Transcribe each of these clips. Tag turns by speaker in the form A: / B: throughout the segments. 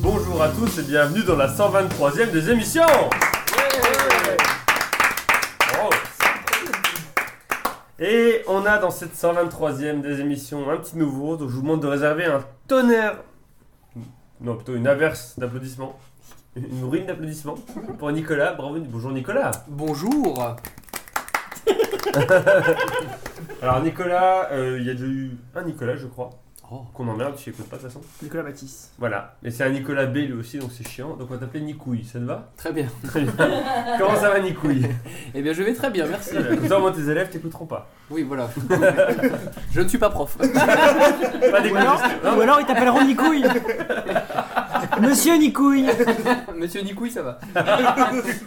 A: bonjour à tous et bienvenue dans la 123e des émissions Bravo. Oh. Et on a dans cette 123e des émissions un petit nouveau, donc je vous demande de réserver un tonnerre, non plutôt une averse d'applaudissements, une ruine d'applaudissements pour Nicolas. Bravo, bonjour Nicolas
B: Bonjour
A: Alors Nicolas, euh, il y a déjà eu un Nicolas je crois,
B: Oh.
A: qu'on emmerde, tu écoutes pas de toute façon.
C: Nicolas Matisse.
A: Voilà, mais c'est un Nicolas B lui aussi donc c'est chiant, donc on va t'appeler Nicouille, ça te va
B: Très bien.
A: Très bien. Comment ça va Nicouille
B: Eh bien, je vais très bien, merci.
A: Comme ça au moins tes élèves t'écouteront pas.
B: Oui, voilà. je ne suis pas prof.
A: Pas des
C: Ou alors,
A: contestants.
C: ou alors ils t'appelleront Nicouille. Monsieur Nicouille.
B: Monsieur Nicouille, ça va.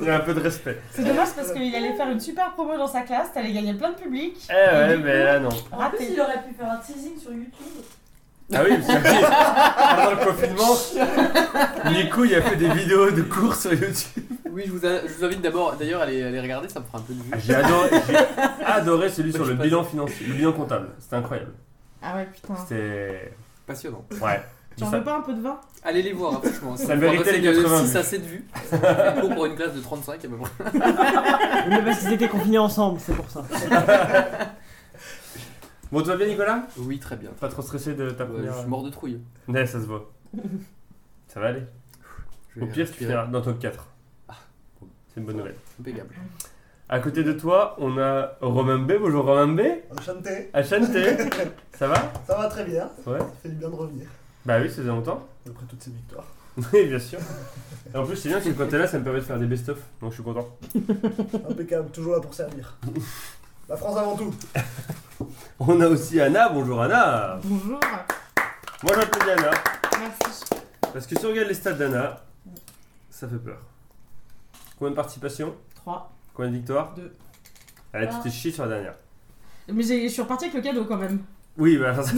A: Il y a un peu de respect.
D: C'est dommage parce qu'il allait faire une super promo dans sa classe, t'allais gagner plein de public.
A: Eh ouais, mais là non.
E: En plus,
D: Raté.
E: il aurait pu faire un teasing sur YouTube.
A: Ah oui, parce que pendant le confinement, Nico il a fait des vidéos de cours sur YouTube.
B: Oui, je vous, a- je vous invite d'abord, d'ailleurs, à aller, à aller regarder, ça me fera un peu de vue.
A: J'ai adoré, j'ai adoré celui sur
B: Je
A: le
B: suis pas
A: bilan financier, le bilan comptable. C'était incroyable.
D: Ah ouais, putain.
A: C'était.
B: Passionnant.
A: Ouais.
D: J'en
A: Ça-
D: veux pas un peu de vin
B: Allez les voir, hein, franchement.
A: Ça
B: Pour un
A: méritait
B: passé
A: les
B: de
A: 80
B: 6
A: vues.
B: à 7 vues. C'est court pour une classe de 35 à peu près.
C: Mais parce qu'ils étaient confinés ensemble, c'est pour ça.
A: Bon, tu vas bien, Nicolas
B: Oui, très bien.
A: Pas trop stressé de ta
B: Ouais,
A: première.
B: je suis mort de trouille.
A: Ouais, ça se voit. Ça va aller.
B: Je
A: Au
B: vais
A: pire, tu
B: respirer. Ah.
A: finiras dans top 4. C'est une bonne nouvelle.
B: Impeccable.
A: À côté de toi, on a Romain B. Bonjour Romain B.
F: Enchanté,
A: Achanté. Ça va
F: ça va très bien,
A: Ouais.
F: ça fait du bien de revenir,
A: Bah oui, ça faisait longtemps.
F: après toutes ces victoires.
A: Oui, bien sûr. Et en plus, c'est bien parce que quand t'es là, ça me permet de faire des best-of, donc je suis content.
F: Impeccable, toujours là pour servir. La France avant tout
A: On a aussi Anna, bonjour Anna
D: Bonjour.
A: Moi j'appelle Anna,
D: Merci.
A: parce que si on regarde les stats d'Anna, ça fait peur. Combien de participations
D: 3.
A: Combien de victoires
D: Deux.
A: Allez, tu
E: Ah.
A: t'es chié sur la dernière.
D: Mais j'ai- je suis repartie avec le cadeau quand même.
A: Oui, bah ça,
D: C'est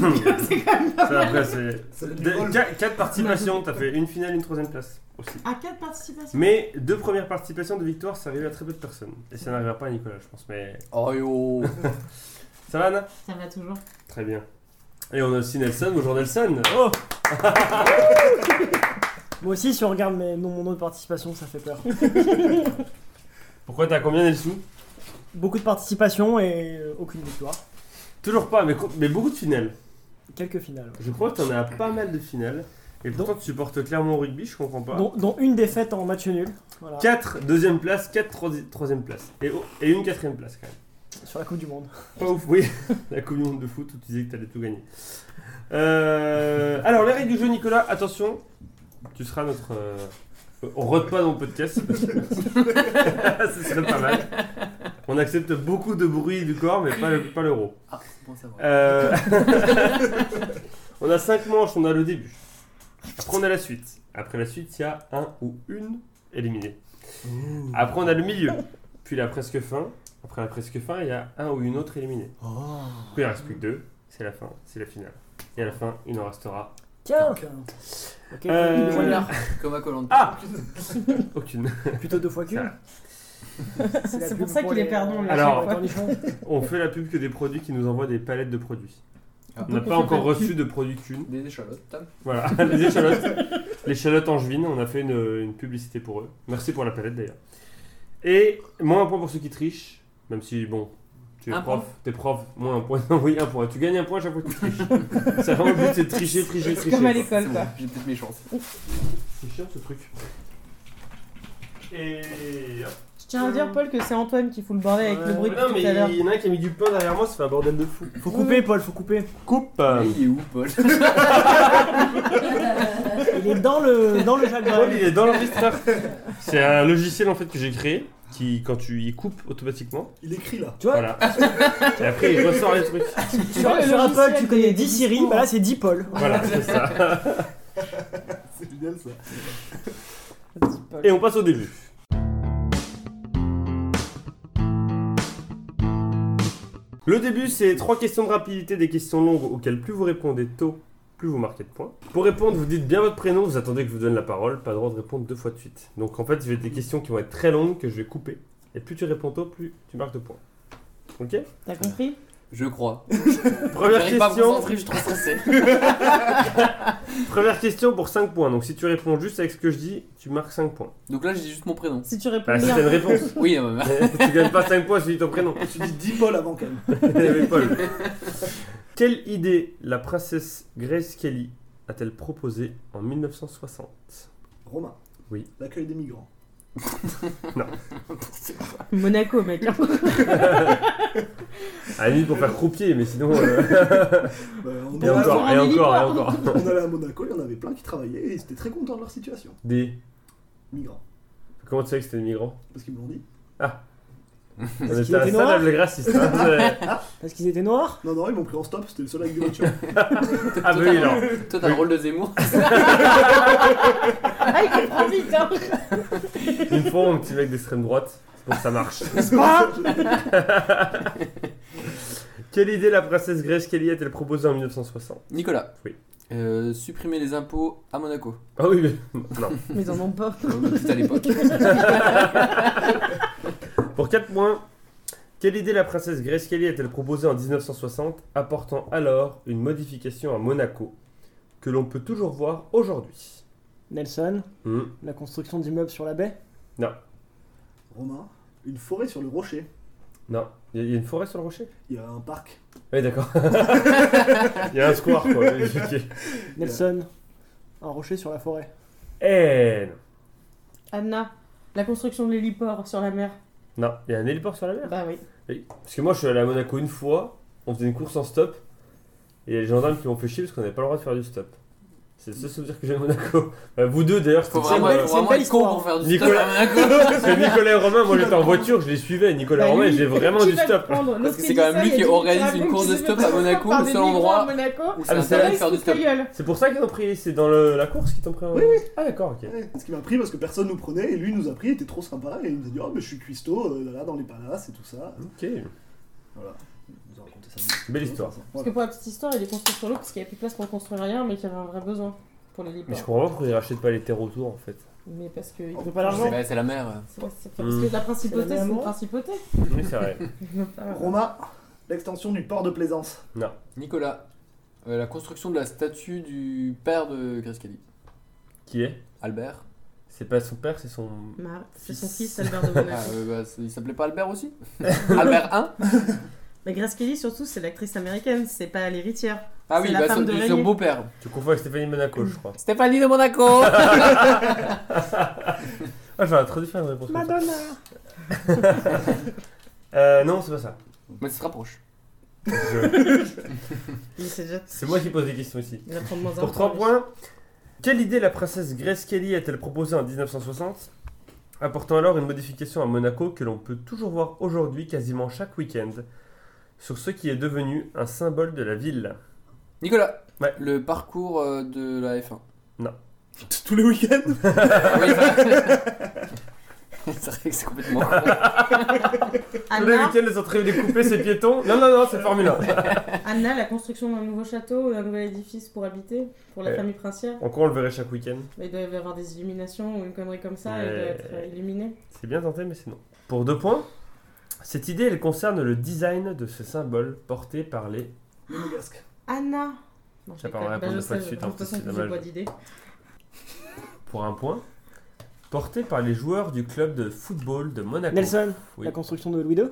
D: quand même.
A: ça, après c'est...
F: C'est du bol.
A: 4 participations, t'as fait une finale, une troisième place aussi.
D: À 4 participations.
A: Mais deux premières participations de victoire, ça arrive à très peu de personnes. Et ça n'arrivera pas à Nicolas, je pense, mais...
B: Oh yo
A: Ça va Anna
D: Ça va toujours.
A: Très bien. Et on a aussi Nelson, bonjour Nelson
C: Oh Moi aussi, si on regarde mes, non, mon nom de participation, ça fait peur.
A: Pourquoi t'as combien Nelson
C: Beaucoup de participation et euh, aucune victoire.
A: Toujours pas, mais, co- mais beaucoup de finales.
C: Quelques finales.
A: Je crois que t'en as pas mal de finales. Et pourtant, tu supportes clairement au rugby, je comprends pas.
C: Dont, dont une défaite en match nul. Voilà.
A: 4 deuxième place, 4 troisième place. Et, oh, et une quatrième place quand même.
C: Sur la Coupe du Monde.
A: Pas ouf, oui. La Coupe du Monde de foot, où tu disais que t'allais tout gagner. Euh, alors, les règles du jeu, Nicolas, attention. Tu seras notre. euh, on rote pas dans le podcast. Ce serait pas mal. On accepte beaucoup de bruit du corps, mais pas le- pas l'euro.
B: Ah, c'est bon à savoir.
A: Euh, on a 5 manches, on a le début. Après, on a la suite. Après la suite, il y a un ou une éliminée. Après, on a le milieu. Puis la presque fin. Après la presque fin, il y a un ou une autre éliminée. Puis il en reste plus que deux. C'est la fin, c'est la finale. Et à la fin, il en restera
C: Tiens
F: Donc, euh,
C: Ok,
A: Euh,
C: une
B: Voilà.
C: poignard.
B: Comme à Colanta.
A: Ah Aucune.
C: Plutôt deux fois qu'une.
D: C'est pour ça qu'il est perdant, lui,
A: à Alors. chaque
C: Alors,
A: On fait la pub que des produits qui nous envoient des palettes de produits.
B: Ah.
A: On n'a pas encore reçu de produits qu'une.
B: Des échalotes. tam.
A: Voilà, les échalotes. les échalotes angevines, on a fait une, une publicité pour eux. Merci pour la palette d'ailleurs. Et moins un point pour ceux qui trichent, même si, bon, tu es
B: Un
A: prof, t'es prof, moins un point. oui, un point. Tu gagnes un point à chaque fois que tu triches. Ça vraiment le but, c'est de tricher, tricher, tricher.
D: Comme à
A: quoi.
D: l'école,
B: C'est
D: quoi.
B: bon, j'ai peut-être mes chances.
A: C'est chiant ce truc. Et. hop.
D: Je tiens à dire, Paul, que c'est Antoine qui fout le bordel avec le bruit
A: non,
D: depuis
A: mais
D: tout à l'heure.
A: il y en a un qui a mis du pain derrière moi, ça fait un bordel de fou.
C: faut couper, Paul, faut couper.
A: Coupe
B: Mais Il est où, Paul
C: Il est dans le, dans le
A: Paul,
C: Jaguar.
A: il est dans l'enregistreur. C'est un logiciel en fait que j'ai créé qui, quand tu y coupes automatiquement,
F: Il écrit là.
C: Tu vois,
A: Voilà. Et après, il ressort les trucs.
C: Sur, sur Apple, tu connais 10 Siri, bah là c'est 10 Paul.
A: Voilà, c'est ça.
F: C'est génial ça.
A: Et on passe au début. Le début, c'est trois questions de rapidité, des questions longues auxquelles plus vous répondez tôt, plus vous marquez de points. Pour répondre, vous dites bien votre prénom, vous attendez que je vous donne la parole, pas le droit de répondre deux fois de suite. Donc en fait, je vais être des questions qui vont être très longues, que je vais couper. Et plus tu réponds tôt, plus tu marques de points. Ok
D: T'as compris
B: Je crois.
A: Première
B: J'arrive pas à me
A: question,
B: concentrer, je suis trop stressé.
A: première question pour 5 points. Donc si tu réponds juste avec ce que je dis, tu marques 5 points.
B: Donc là, j'ai juste mon prénom.
C: Si
D: Ah,
C: tu réponds
A: Bah, si
C: bien.
A: t'as une réponse.
B: Oui, euh,
A: Mais tu gagnes pas 5 points si tu dis ton prénom.
F: Tu dis 10 Paul avant quand même.
A: Il y avait Paul. Quelle idée la princesse Grace Kelly a-t-elle proposée en 1960
F: Romain.
A: Oui.
F: L'accueil des migrants.
C: Monaco, mec.
D: hein.
A: À la limite pour faire croupier, mais sinon. euh,
F: Bah, on,
A: et
F: allait-
A: encore, et encore, et encore.
F: on allait à Monaco, il y en avait plein qui travaillaient et ils étaient très contents de leur situation.
A: Des.
F: Migrants.
A: Comment tu sais que c'était des migrants
F: Parce qu'ils me l'ont dit.
A: On
C: Parce
A: était
C: qu'il
A: à
C: était
A: ça,
C: noir
A: la blague raciste. hein.
C: Parce qu'ils étaient noirs
F: Non, non, ils m'ont pris en stop, c'était le seul avec des voitures.
A: ah, bah oui, alors.
B: toi, t'as le rôle de Zemmour.
D: Ah, il comprend vite, hein
A: Ils me font un petit mec d'extrême droite, donc ça marche.
F: N'est-ce pas
A: Quelle idée la princesse Grace Kelly a-t-elle proposée en 1960
B: Nicolas.
A: Oui.
B: Euh, supprimer les impôts à Monaco.
A: Ah oui, mais. Non.
C: Mais ils en ont pas.
B: Euh, bah, Tout à l'époque.
A: Pour 4 points, quelle idée la princesse Grace Kelly a-t-elle proposée en 1960, apportant alors une modification à Monaco, que l'on peut toujours voir aujourd'hui
C: Nelson,
A: Hmm,
C: la construction d'immeubles sur la baie.
F: Romain, une forêt sur le rocher.
A: Non. Il y, a- il y a une forêt sur le rocher
F: Il y a un parc.
A: Oui, d'accord. Il y a un square, quoi. Ok.
C: Nelson, un rocher sur la forêt.
A: Eh non.
D: Anna, la construction de l'héliport sur la mer.
A: Non, il y a un héliport sur la mer
D: Bah oui.
A: Oui. Parce que moi, je suis allé à Monaco une fois, on faisait une course en stop, et il y a les gendarmes qui m'ont fait chier parce qu'on n'avait pas le droit de faire du stop. C'est le seul souvenir que j'ai de Monaco. Bah, vous deux, d'ailleurs, c'était
B: Faut vraiment,
C: une belle-
B: faut
C: c'est
B: vraiment
C: une belle
B: être con
C: histoire.
B: pour faire du
A: Nicolas.
B: stop à Monaco.
A: Parce que Nicolas et Romain, moi j'étais en voiture, je les suivais. Nicolas et
D: Bah,
A: Romain,
D: lui,
A: j'ai vraiment
D: qui
A: du
D: va le
A: stop.
D: prendre L'autre
B: que c'est
D: dit
B: quand même
D: ça,
B: lui
D: il a
B: qui
D: dit
B: organise
D: raconte
B: une
D: qu'il
B: course
D: se
B: de
D: fait
B: stop à
D: faire
B: Monaco,
D: par
B: le
D: des
B: seul
D: migrants
B: endroit
D: à Monaco.
B: Ou
A: Ah,
B: c'est
A: mais c'est
B: interdit
A: vrai,
B: de faire du stop.
D: Ta gueule.
A: C'est pour ça qu'ils ont pris, c'est dans le- la course qu'ils t'ont pris en.
F: Oui, oui.
A: Ah, d'accord, ok.
F: Ouais, Eh, Ce qui m'a pris parce que personne nous prenait et lui nous a pris, il était trop sympa et il nous a dit Oh, mais je suis cuistot euh, là, dans les palaces et tout ça.
A: Ok.
F: Voilà. Il nous a raconté ça.
A: Mmh. Belle histoire.
D: Parce
F: Voilà.
D: que pour la petite histoire, il est construit sur l'eau parce qu'il n'y a plus de place pour construire rien, mais qu'il y avait un vrai besoin pour
A: Mais je
D: l'héliport.
A: comprends pas pourquoi ils rachètent pas les terres autour en fait.
D: Mais parce que.
F: On
C: peut pas l'argent.
B: Ouais, c'est la euh. mer.
D: C'est pas-
A: Mmh.
D: c'est pas- Parce que la
C: C'est
D: principauté,
C: la
D: c'est
C: même
D: une
C: loi.
D: principauté. Ah,
A: Oui, c'est vrai.
F: Romain, l'extension du port de plaisance.
B: Nicolas. Euh, la construction de la statue du père de Grace Kelly.
A: Qui est
B: Albert.
A: C'est pas son père, c'est son.
D: Mar- C'est son
A: Fils.
D: fils Albert de
B: Ah,
D: Monaco.
B: euh, bah, c'est- il s'appelait pas Albert aussi Albert 1
D: Mais Grace Kelly, surtout, c'est l'actrice américaine, c'est pas l'héritière.
B: Ah
D: C'est
B: oui,
D: la
B: bah,
D: femme
B: son,
D: de
B: du- son
D: Régnier.
B: beau-père.
A: Tu confonds avec Stéphanie Monaco, je crois.
B: Stéphanie de Monaco
A: Ah, j'aurais très différent de réponse. comme ça.
C: Madonna
A: Euh, non, c'est pas ça.
B: Mais ça se rapproche.
A: Je-
D: Mais c'est déjà.
A: C'est moi qui pose les questions ici.
D: Il va prendre moins un
A: Pour 3 points, quelle idée la princesse Grace Kelly a-t-elle proposée en 1960 Apportant alors une modification à Monaco que l'on peut toujours voir aujourd'hui quasiment chaque week-end sur ce qui est devenu un symbole de la ville.
B: Nicolas
A: Ouais.
B: Le parcours euh, de la F1.
F: Tous les week-ends
B: Ah oui, Ah c'est- c'est vrai que c'est complètement con.
A: Tous les
D: Anna,
A: week-ends, ils sont en train de découper ces piétons. Non, non, non, c'est Formule 1.
D: Anna, la construction d'un nouveau château, d'un nouvel édifice pour habiter, pour la
A: Euh.
D: famille princière.
A: Encore, on le verrait chaque week-end.
D: Mais il doit y avoir des illuminations ou une connerie comme ça, elle doit
A: Ouais.
D: être euh, illuminée.
A: C'est bien tenté, mais c'est non. Pour 2 points, cette idée, elle concerne le design de ce symbole porté par les...
F: Le Monégasque.
D: Anna Non,
A: Ça
D: je
A: part en
D: déconne.
A: répondre
D: Bah, je
A: deux fois de
D: sais,
A: suite,
D: De
A: hein,
D: toute façon,
A: c'est
D: j'ai
A: dommage.
D: pas d'idée.
A: Pour un point, porté par les joueurs du club de football de Monaco.
C: Nelson,
A: Oui.
C: la construction de Louis II.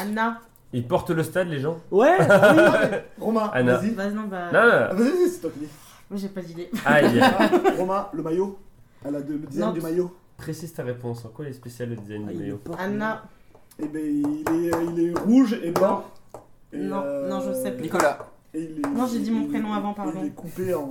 D: Anna
A: Ils portent le stade, les gens
C: Ouais
A: Ah,
C: Ah,
F: Romain,
A: Anna.
F: vas-y.
D: Vas-y, non, bah.
A: Non, non,
F: Ah,
A: non.
F: vas-y, vas-y, c'est toi qui dis.
D: Moi, j'ai pas d'idée.
A: Aïe.
F: Ah, Romain, le maillot. Elle a de- le design
D: Non.
F: du maillot.
A: Précise ta réponse. En quoi il est spécial le design
C: Ah,
A: du
C: il est
A: maillot
C: pas-
D: Anna
F: Et ben il est, il est rouge et blanc. Et, euh,
D: Non, non, je sais plus.
B: Nicolas,
F: et il est-
D: Non, j'ai dit mon
F: il est-
D: prénom avant, pardon.
F: Il est coupé en,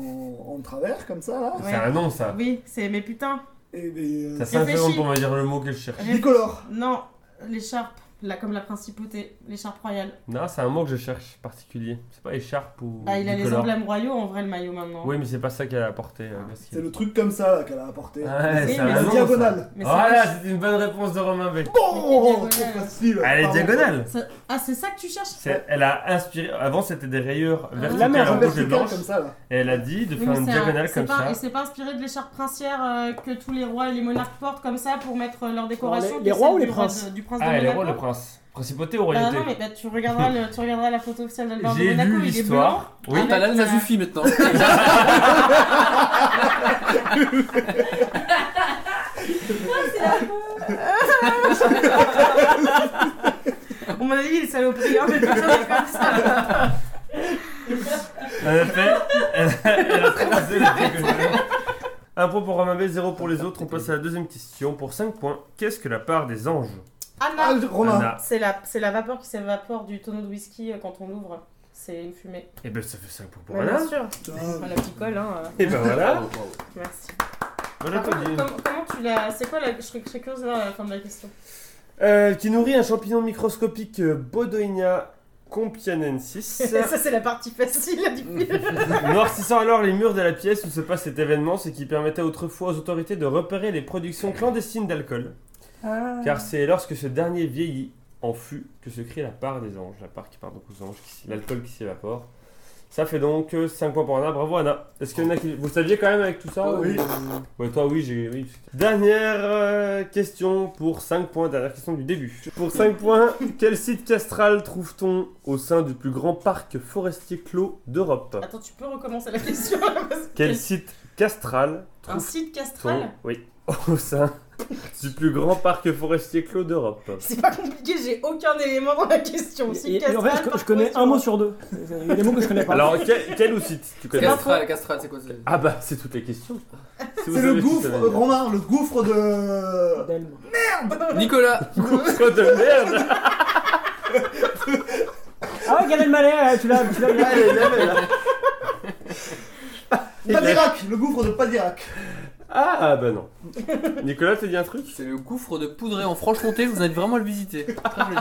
F: en travers comme ça là.
A: C'est un nom ça.
D: Oui, c'est. Mais putain
F: Et ben,
A: T'as
F: euh,
A: 5
D: Réfléchis.
A: secondes pour me dire le mot que je cherche.
D: Ré-
F: bicolore.
D: Non, l'écharpe, là, comme la principauté, l'écharpe royale.
A: Non, c'est un mot que je cherche particulier. C'est pas écharpe ou.
D: Bah, il a les
A: bicolore.
D: emblèmes royaux en vrai, le maillot maintenant.
A: Oui, mais c'est pas ça qu'elle a apporté. euh, parce qu'il-
F: C'est le truc comme ça là qu'elle a apporté.
A: Ouais,
D: Oui,
A: c'est
D: mais
A: un
D: c'est
A: nom. ça.
F: diagonale.
D: Mais c'est
A: Voilà, c'était une bonne réponse de Romain B.
F: Oh,
D: diagonale.
F: trop facile.
A: Elle est
F: Pardon.
A: diagonale.
D: Ça- Ah, c'est ça que tu cherches
A: C'est- Elle a inspiré. Avant, c'était des
D: Ah,
A: rayures verticales
C: mer,
A: en rouge et
F: Ah, verticale
A: blanche.
F: comme ça là.
A: Et elle a dit de
D: Oui,
A: faire
D: mais
A: une
D: c'est un-
A: diagonale
D: c'est
A: comme
D: pas-
A: ça.
D: Et c'est pas inspiré de l'écharpe princière euh, que tous les rois et les monarques portent comme ça pour mettre euh, leur décoration
C: les-
D: que
C: les rois
D: celle
C: ou les
D: du roi
C: princes
D: de- Du prince de
A: Ah, elle est
D: Monaco
A: roi le prince.
C: Principauté
D: Bah
C: orientée.
D: non, mais bah, tu, regarderas le- tu regarderas la photo officielle d'Albert de
C: J'ai
D: Monaco,
C: lu
D: il est blanc.
C: l'histoire. Oui.
D: Ah,
B: T'as là,
D: bah,
B: ça
D: voilà.
B: suffit maintenant.
D: On m'a dit, il est saloperie, hein, mais tout ça, c'est comme ça.
A: En effet, elle elle a croisé le truc que j'avais. Un point pour Ramabé, zéro pour les autres. On passe à la deuxième question. Pour 5 points, qu'est-ce que la part des anges
D: Anna,
F: Ah, Romain.
A: Anna.
D: c'est la, c'est la vapeur qui s'évapore du tonneau de whisky euh, quand on l'ouvre. C'est une fumée.
A: Et ben ça fait 5 points pour
D: Ouais,
A: Anna.
D: Bien sûr.
F: Putain.
D: La petite colle, hein. euh,
A: Et ben voilà.
B: Bravo, bravo.
D: Merci.
A: Voilà
D: Par
A: ton
D: contre,
A: deal.
D: com- comment tu l'as. C'est quoi la. Je serais je serais curieuse là, à la fin de la question.
A: Euh, qui nourrit un champignon microscopique euh, Bodoinia compianensis.
D: Ça, c'est la partie facile du film.
A: Noircissant alors les murs de la pièce où se passe cet événement, ce qui permettait autrefois aux autorités de repérer les productions clandestines d'alcool. Car c'est lorsque ce dernier vieillit en fût que se crée la part des anges, la part qui part donc aux anges, qui s- l'alcool qui s'évapore. Ça fait donc 5 points pour Anna, bravo Anna. Est-ce qu'il y en a qui... Vous le saviez quand même avec tout ça
B: Oh,
A: ou-
B: oui.
A: Ouais, toi oui, j'ai... oui. Dernière euh, question pour 5 points, dernière question du début. Pour 5 points, quel site castral trouve-t-on au sein du plus grand parc forestier clos d'Europe
D: Attends, tu peux recommencer la question parce que-
A: quel site castral
D: Un
A: trouve-t-on
D: site castral
A: oui, au sein du plus grand parc forestier clos d'Europe
D: C'est pas compliqué, j'ai aucun élément dans la question.
C: Et-
D: Site
C: et en
D: castral.
C: fait, je- je,
D: par
C: connais
D: question.
C: un mot sur deux. Il y a des mots que je connais pas.
A: Alors, quel, quel ou site tu connais
B: Castral, Castral, c'est quoi ça
A: Ah bah, c'est toutes les questions. Si vous
F: C'est
A: savez
F: le
A: qui
F: gouffre,
A: ça
F: euh,
A: veut dire.
F: Romain, le gouffre de.
C: Delme.
B: Nicolas
A: Gouffre de merde
C: Ah ouais, Gad Elmaleh, euh, tu l'as, tu l'as.
A: Ah, il l'avait, là. Il l'a-
F: Padirac, le gouffre de Padirac.
A: Ah bah non. Nicolas, t'as dit un truc
B: C'est le gouffre de Poudré en Franche-Comté, je vous invite vraiment à le visiter. Très joli.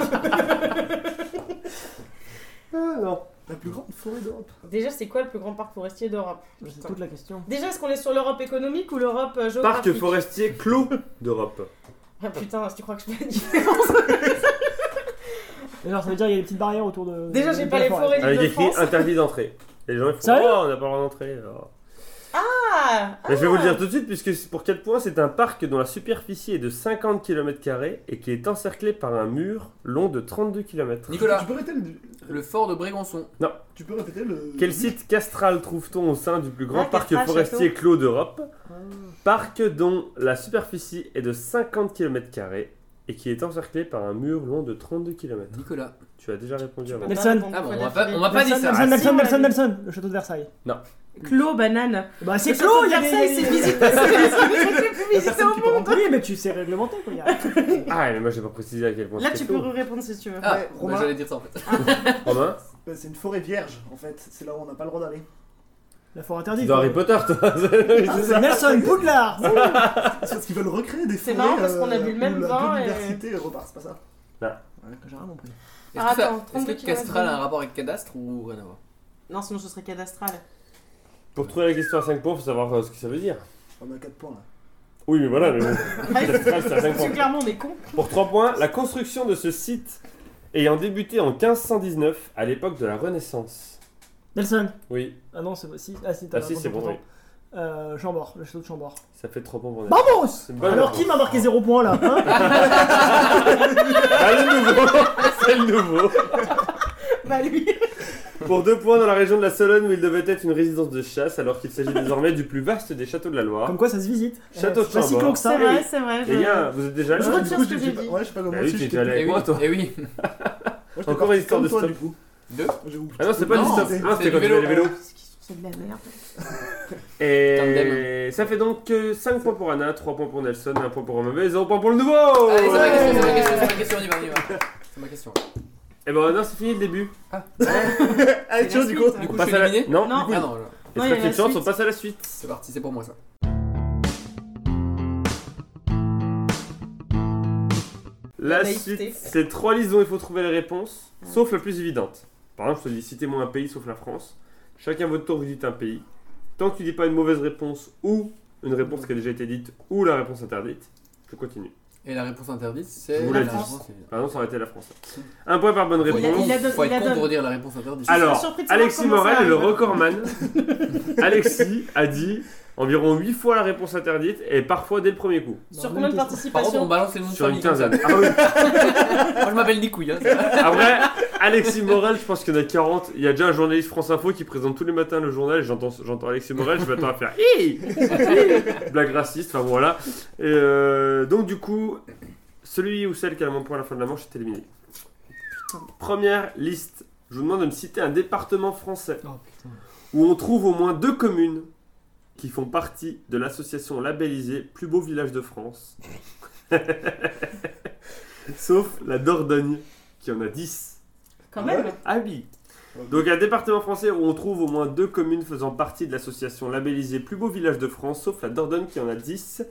A: Ah non.
F: La plus grande forêt d'Europe.
D: Déjà, c'est quoi le plus grand parc forestier d'Europe
C: C'est toute la question.
D: Déjà, est-ce qu'on est sur l'Europe économique ou l'Europe euh,
A: Parc
D: géographique
A: forestier clos d'Europe.
D: Ah putain, tu crois que je peux
C: D'ailleurs, ça veut dire qu'il y a des petites barrières autour de.
D: Déjà, j'ai
C: de
D: pas
C: la
D: les
C: forêt.
D: forêts
A: Avec
D: de
A: écrit
D: France.
A: interdit d'entrée. Et les gens ils font
C: Sérieux
A: Oh, on n'a pas le droit d'entrer. alors.
D: Ah
A: Mais je vais vous le dire tout de suite, puisque c'est- pour quel point c'est un parc dont la superficie est de 50 km et qui est encerclé par un mur long de 32 km.
B: Nicolas,
F: Tu peux répéter le.
B: le fort de Brégançon.
F: Tu peux répéter le.
A: Quel site castral trouve-t-on au sein du plus grand
D: Ah,
A: parc
D: Castral,
A: forestier
D: château. Ah.
A: clos d'Europe Parc dont la superficie est de 50 km et qui est encerclé par un mur long de 32 km.
B: Nicolas.
A: Tu as déjà répondu avant.
C: peux- Nelson.
B: Ah bon, on m'a pas, on m'a pas dit
C: Nelson,
A: Ah,
B: ça.
C: Nelson, Nelson,
D: si,
C: Nelson,
D: on l'a
C: Nelson, le château de Versailles.
D: Clos, banane.
C: Bah, c'est
D: Le
C: clos,
D: château de
C: il y a
D: Versailles,
C: visite.
D: c'est visité. C'est le truc le plus
F: La
D: visité
F: personne
D: au
F: qui
D: monde.
F: peut rentrer.
C: Oui, mais tu sais réglementé quoi. il y a-
A: Ah, mais moi j'ai pas précisé à quel point
D: Là,
A: c'était
D: tu peux
A: clos.
D: répondre si tu veux.
B: Ah,
F: Ouais,
B: bah,
F: Romain.
B: j'allais dire ça en fait.
A: Romain
F: Bah, C'est une forêt vierge en fait, c'est là où on n'a pas le droit d'aller.
C: La forêt
A: C'est
C: interdite.
A: dans
C: quoi.
A: Harry Potter, toi
F: Ah,
C: C'est Nelson Poudlard.
F: C'est parce qu'ils veulent recréer des
D: C'est
F: forêts.
D: marrant parce qu'on a
F: euh,
D: bu le même
F: où la
D: vin et-
F: biodiversité repart, c'est pas ça
C: J'ai rien compris.
B: Est-ce
D: Ah,
B: que, ça-
D: attends,
B: est-ce que
D: 32 kilomètres.
B: Castral a un rapport avec cadastre ou rien à voir
D: Non, sinon, ce serait cadastral.
A: Pour trouver la question à 5 points, faut savoir euh, ce que ça veut dire.
F: On a 4 points là.
A: Oui, mais voilà, mais bon.
D: Ah,
A: Castral, c'est à 5
D: Parce
A: points.
D: que clairement, on est con.
A: Pour 3 points, la construction de ce site ayant débuté en 1519, à l'époque de la Renaissance.
C: Nelson.
A: Oui,
C: Ah non, c'est si. Ah si, t'as
A: ah si,
C: raison,
A: c'est bon, oui.
C: pourtant. Euh, Chambord, le château de Chambord.
A: Ça fait 3 points pour Nel.
C: Vamos
A: C'est une bonne
C: Alors
A: réponse.
C: qui m'a marqué 0 points là hein
A: Ah, le nouveau C'est le nouveau
D: Bah, lui.
A: Pour 2 points, dans la région de la Sologne, où il devait être une résidence de chasse, alors qu'il s'agit désormais du plus vaste des châteaux de la Loire.
C: Comme quoi ça se visite.
A: Château
C: Eh,
A: de
C: c'est pas si
A: Chambord.
C: clos que ça.
D: C'est vrai, c'est vrai.
A: Les gars, vous êtes déjà
D: Je
A: là
D: retire
F: coup,
D: ce que
F: j'ai-
D: j'ai
F: pas-
D: dit.
F: Ouais, je sais pas comment
A: Bah
F: moi
A: oui,
F: aussi,
A: t'es
F: j'étais-
A: déjà allé
B: Eh
A: avec
B: oui,
A: moi, toi
B: eh oui.
F: moi, j'étais
A: Encore
F: parti
A: une histoire
F: comme
A: de
F: toi,
A: stop.
F: du coup.
B: Deux
F: J'ai oublié.
A: Ah non, c'est pas
B: Non,
A: du stop.
F: c'est-
A: Ah,
B: c'est
A: c'était
B: du
A: quand tu faisais les
B: vélo.
A: vélos.
D: C'est de la merde.
A: Et ça fait donc 5 points pour Anna, 3 points pour Nelson, 1 point pour Romain, 0 points pour le
D: Oh,
A: nouveau
B: Allez, c'est ma
F: Ouais.
B: question, c'est ma question, c'est ma question, on y va, on y va. C'est ma question.
A: Et ben non, c'est fini le début.
F: Allez,
D: C'est
F: tiens,
D: la
F: du
D: suite,
F: coup.
D: hein.
B: Du
A: On
B: coup, je
A: passe
B: suis
A: à la...
B: éliminé
A: Non,
D: Non.
A: du coup,
B: Ah non, là.
A: Et si
D: Non, il y a
A: t'as
D: la
A: une chance,
D: suite.
A: on passe à la suite.
B: c'est parti, c'est pour moi ça.
A: La
D: naïveté.
A: suite, c'est trois listes dont il faut trouver les réponses, sauf la plus évidente. Par exemple, je te dis citez-moi un pays sauf la France. Chacun votre tour, vous dites un pays. Tant que tu dis pas une mauvaise réponse ou une réponse qui a déjà été dite ou la réponse interdite, je continue.
B: Et la réponse interdite, c'est.
A: Je vous
D: l'ai
B: la
D: dit.
B: réponse, c'est-
A: Par exemple, ça aurait été la France. Un point par bonne
B: Faut
A: réponse.
B: être
D: il a
B: con-
D: donné-
B: faut
D: il a
B: être con
D: donné-
B: pour dire la réponse interdite.
A: Alors,
D: surprise de savoir
A: Alexis
D: comment ça
A: Morel est le
D: arrive.
A: recordman. Alexis a dit environ 8 fois la réponse interdite et parfois dès le premier coup.
D: Sur combien de
B: Par contre, on
D: participations
B: balance les noms de
A: Sur une
B: famille.
A: quinzaine. Ah oui.
B: Moi, je m'appelle Nicouille. Hein, ça va.
A: Après, Alexis Morel, je pense qu'il y en a 40. Il y a déjà un journaliste France Info qui présente tous les matins le journal. et J'entends, j'entends Alexis Morel, je m'attends à faire Hi Hi blague raciste. Enfin voilà. Et, euh, donc du coup, celui ou celle qui a le moins de points à la fin de la manche est éliminé. Première liste. Je vous demande de me citer un département français
C: Oh putain.
A: où on trouve au moins deux communes qui font partie de l'association labellisée Plus beau village de France. Sauf la Dordogne qui en a 10.
D: Quand même
A: Ah oui. Donc un département français où on trouve au moins deux communes faisant partie de l'association labellisée Plus beau village de France, sauf la Dordogne qui en a 10.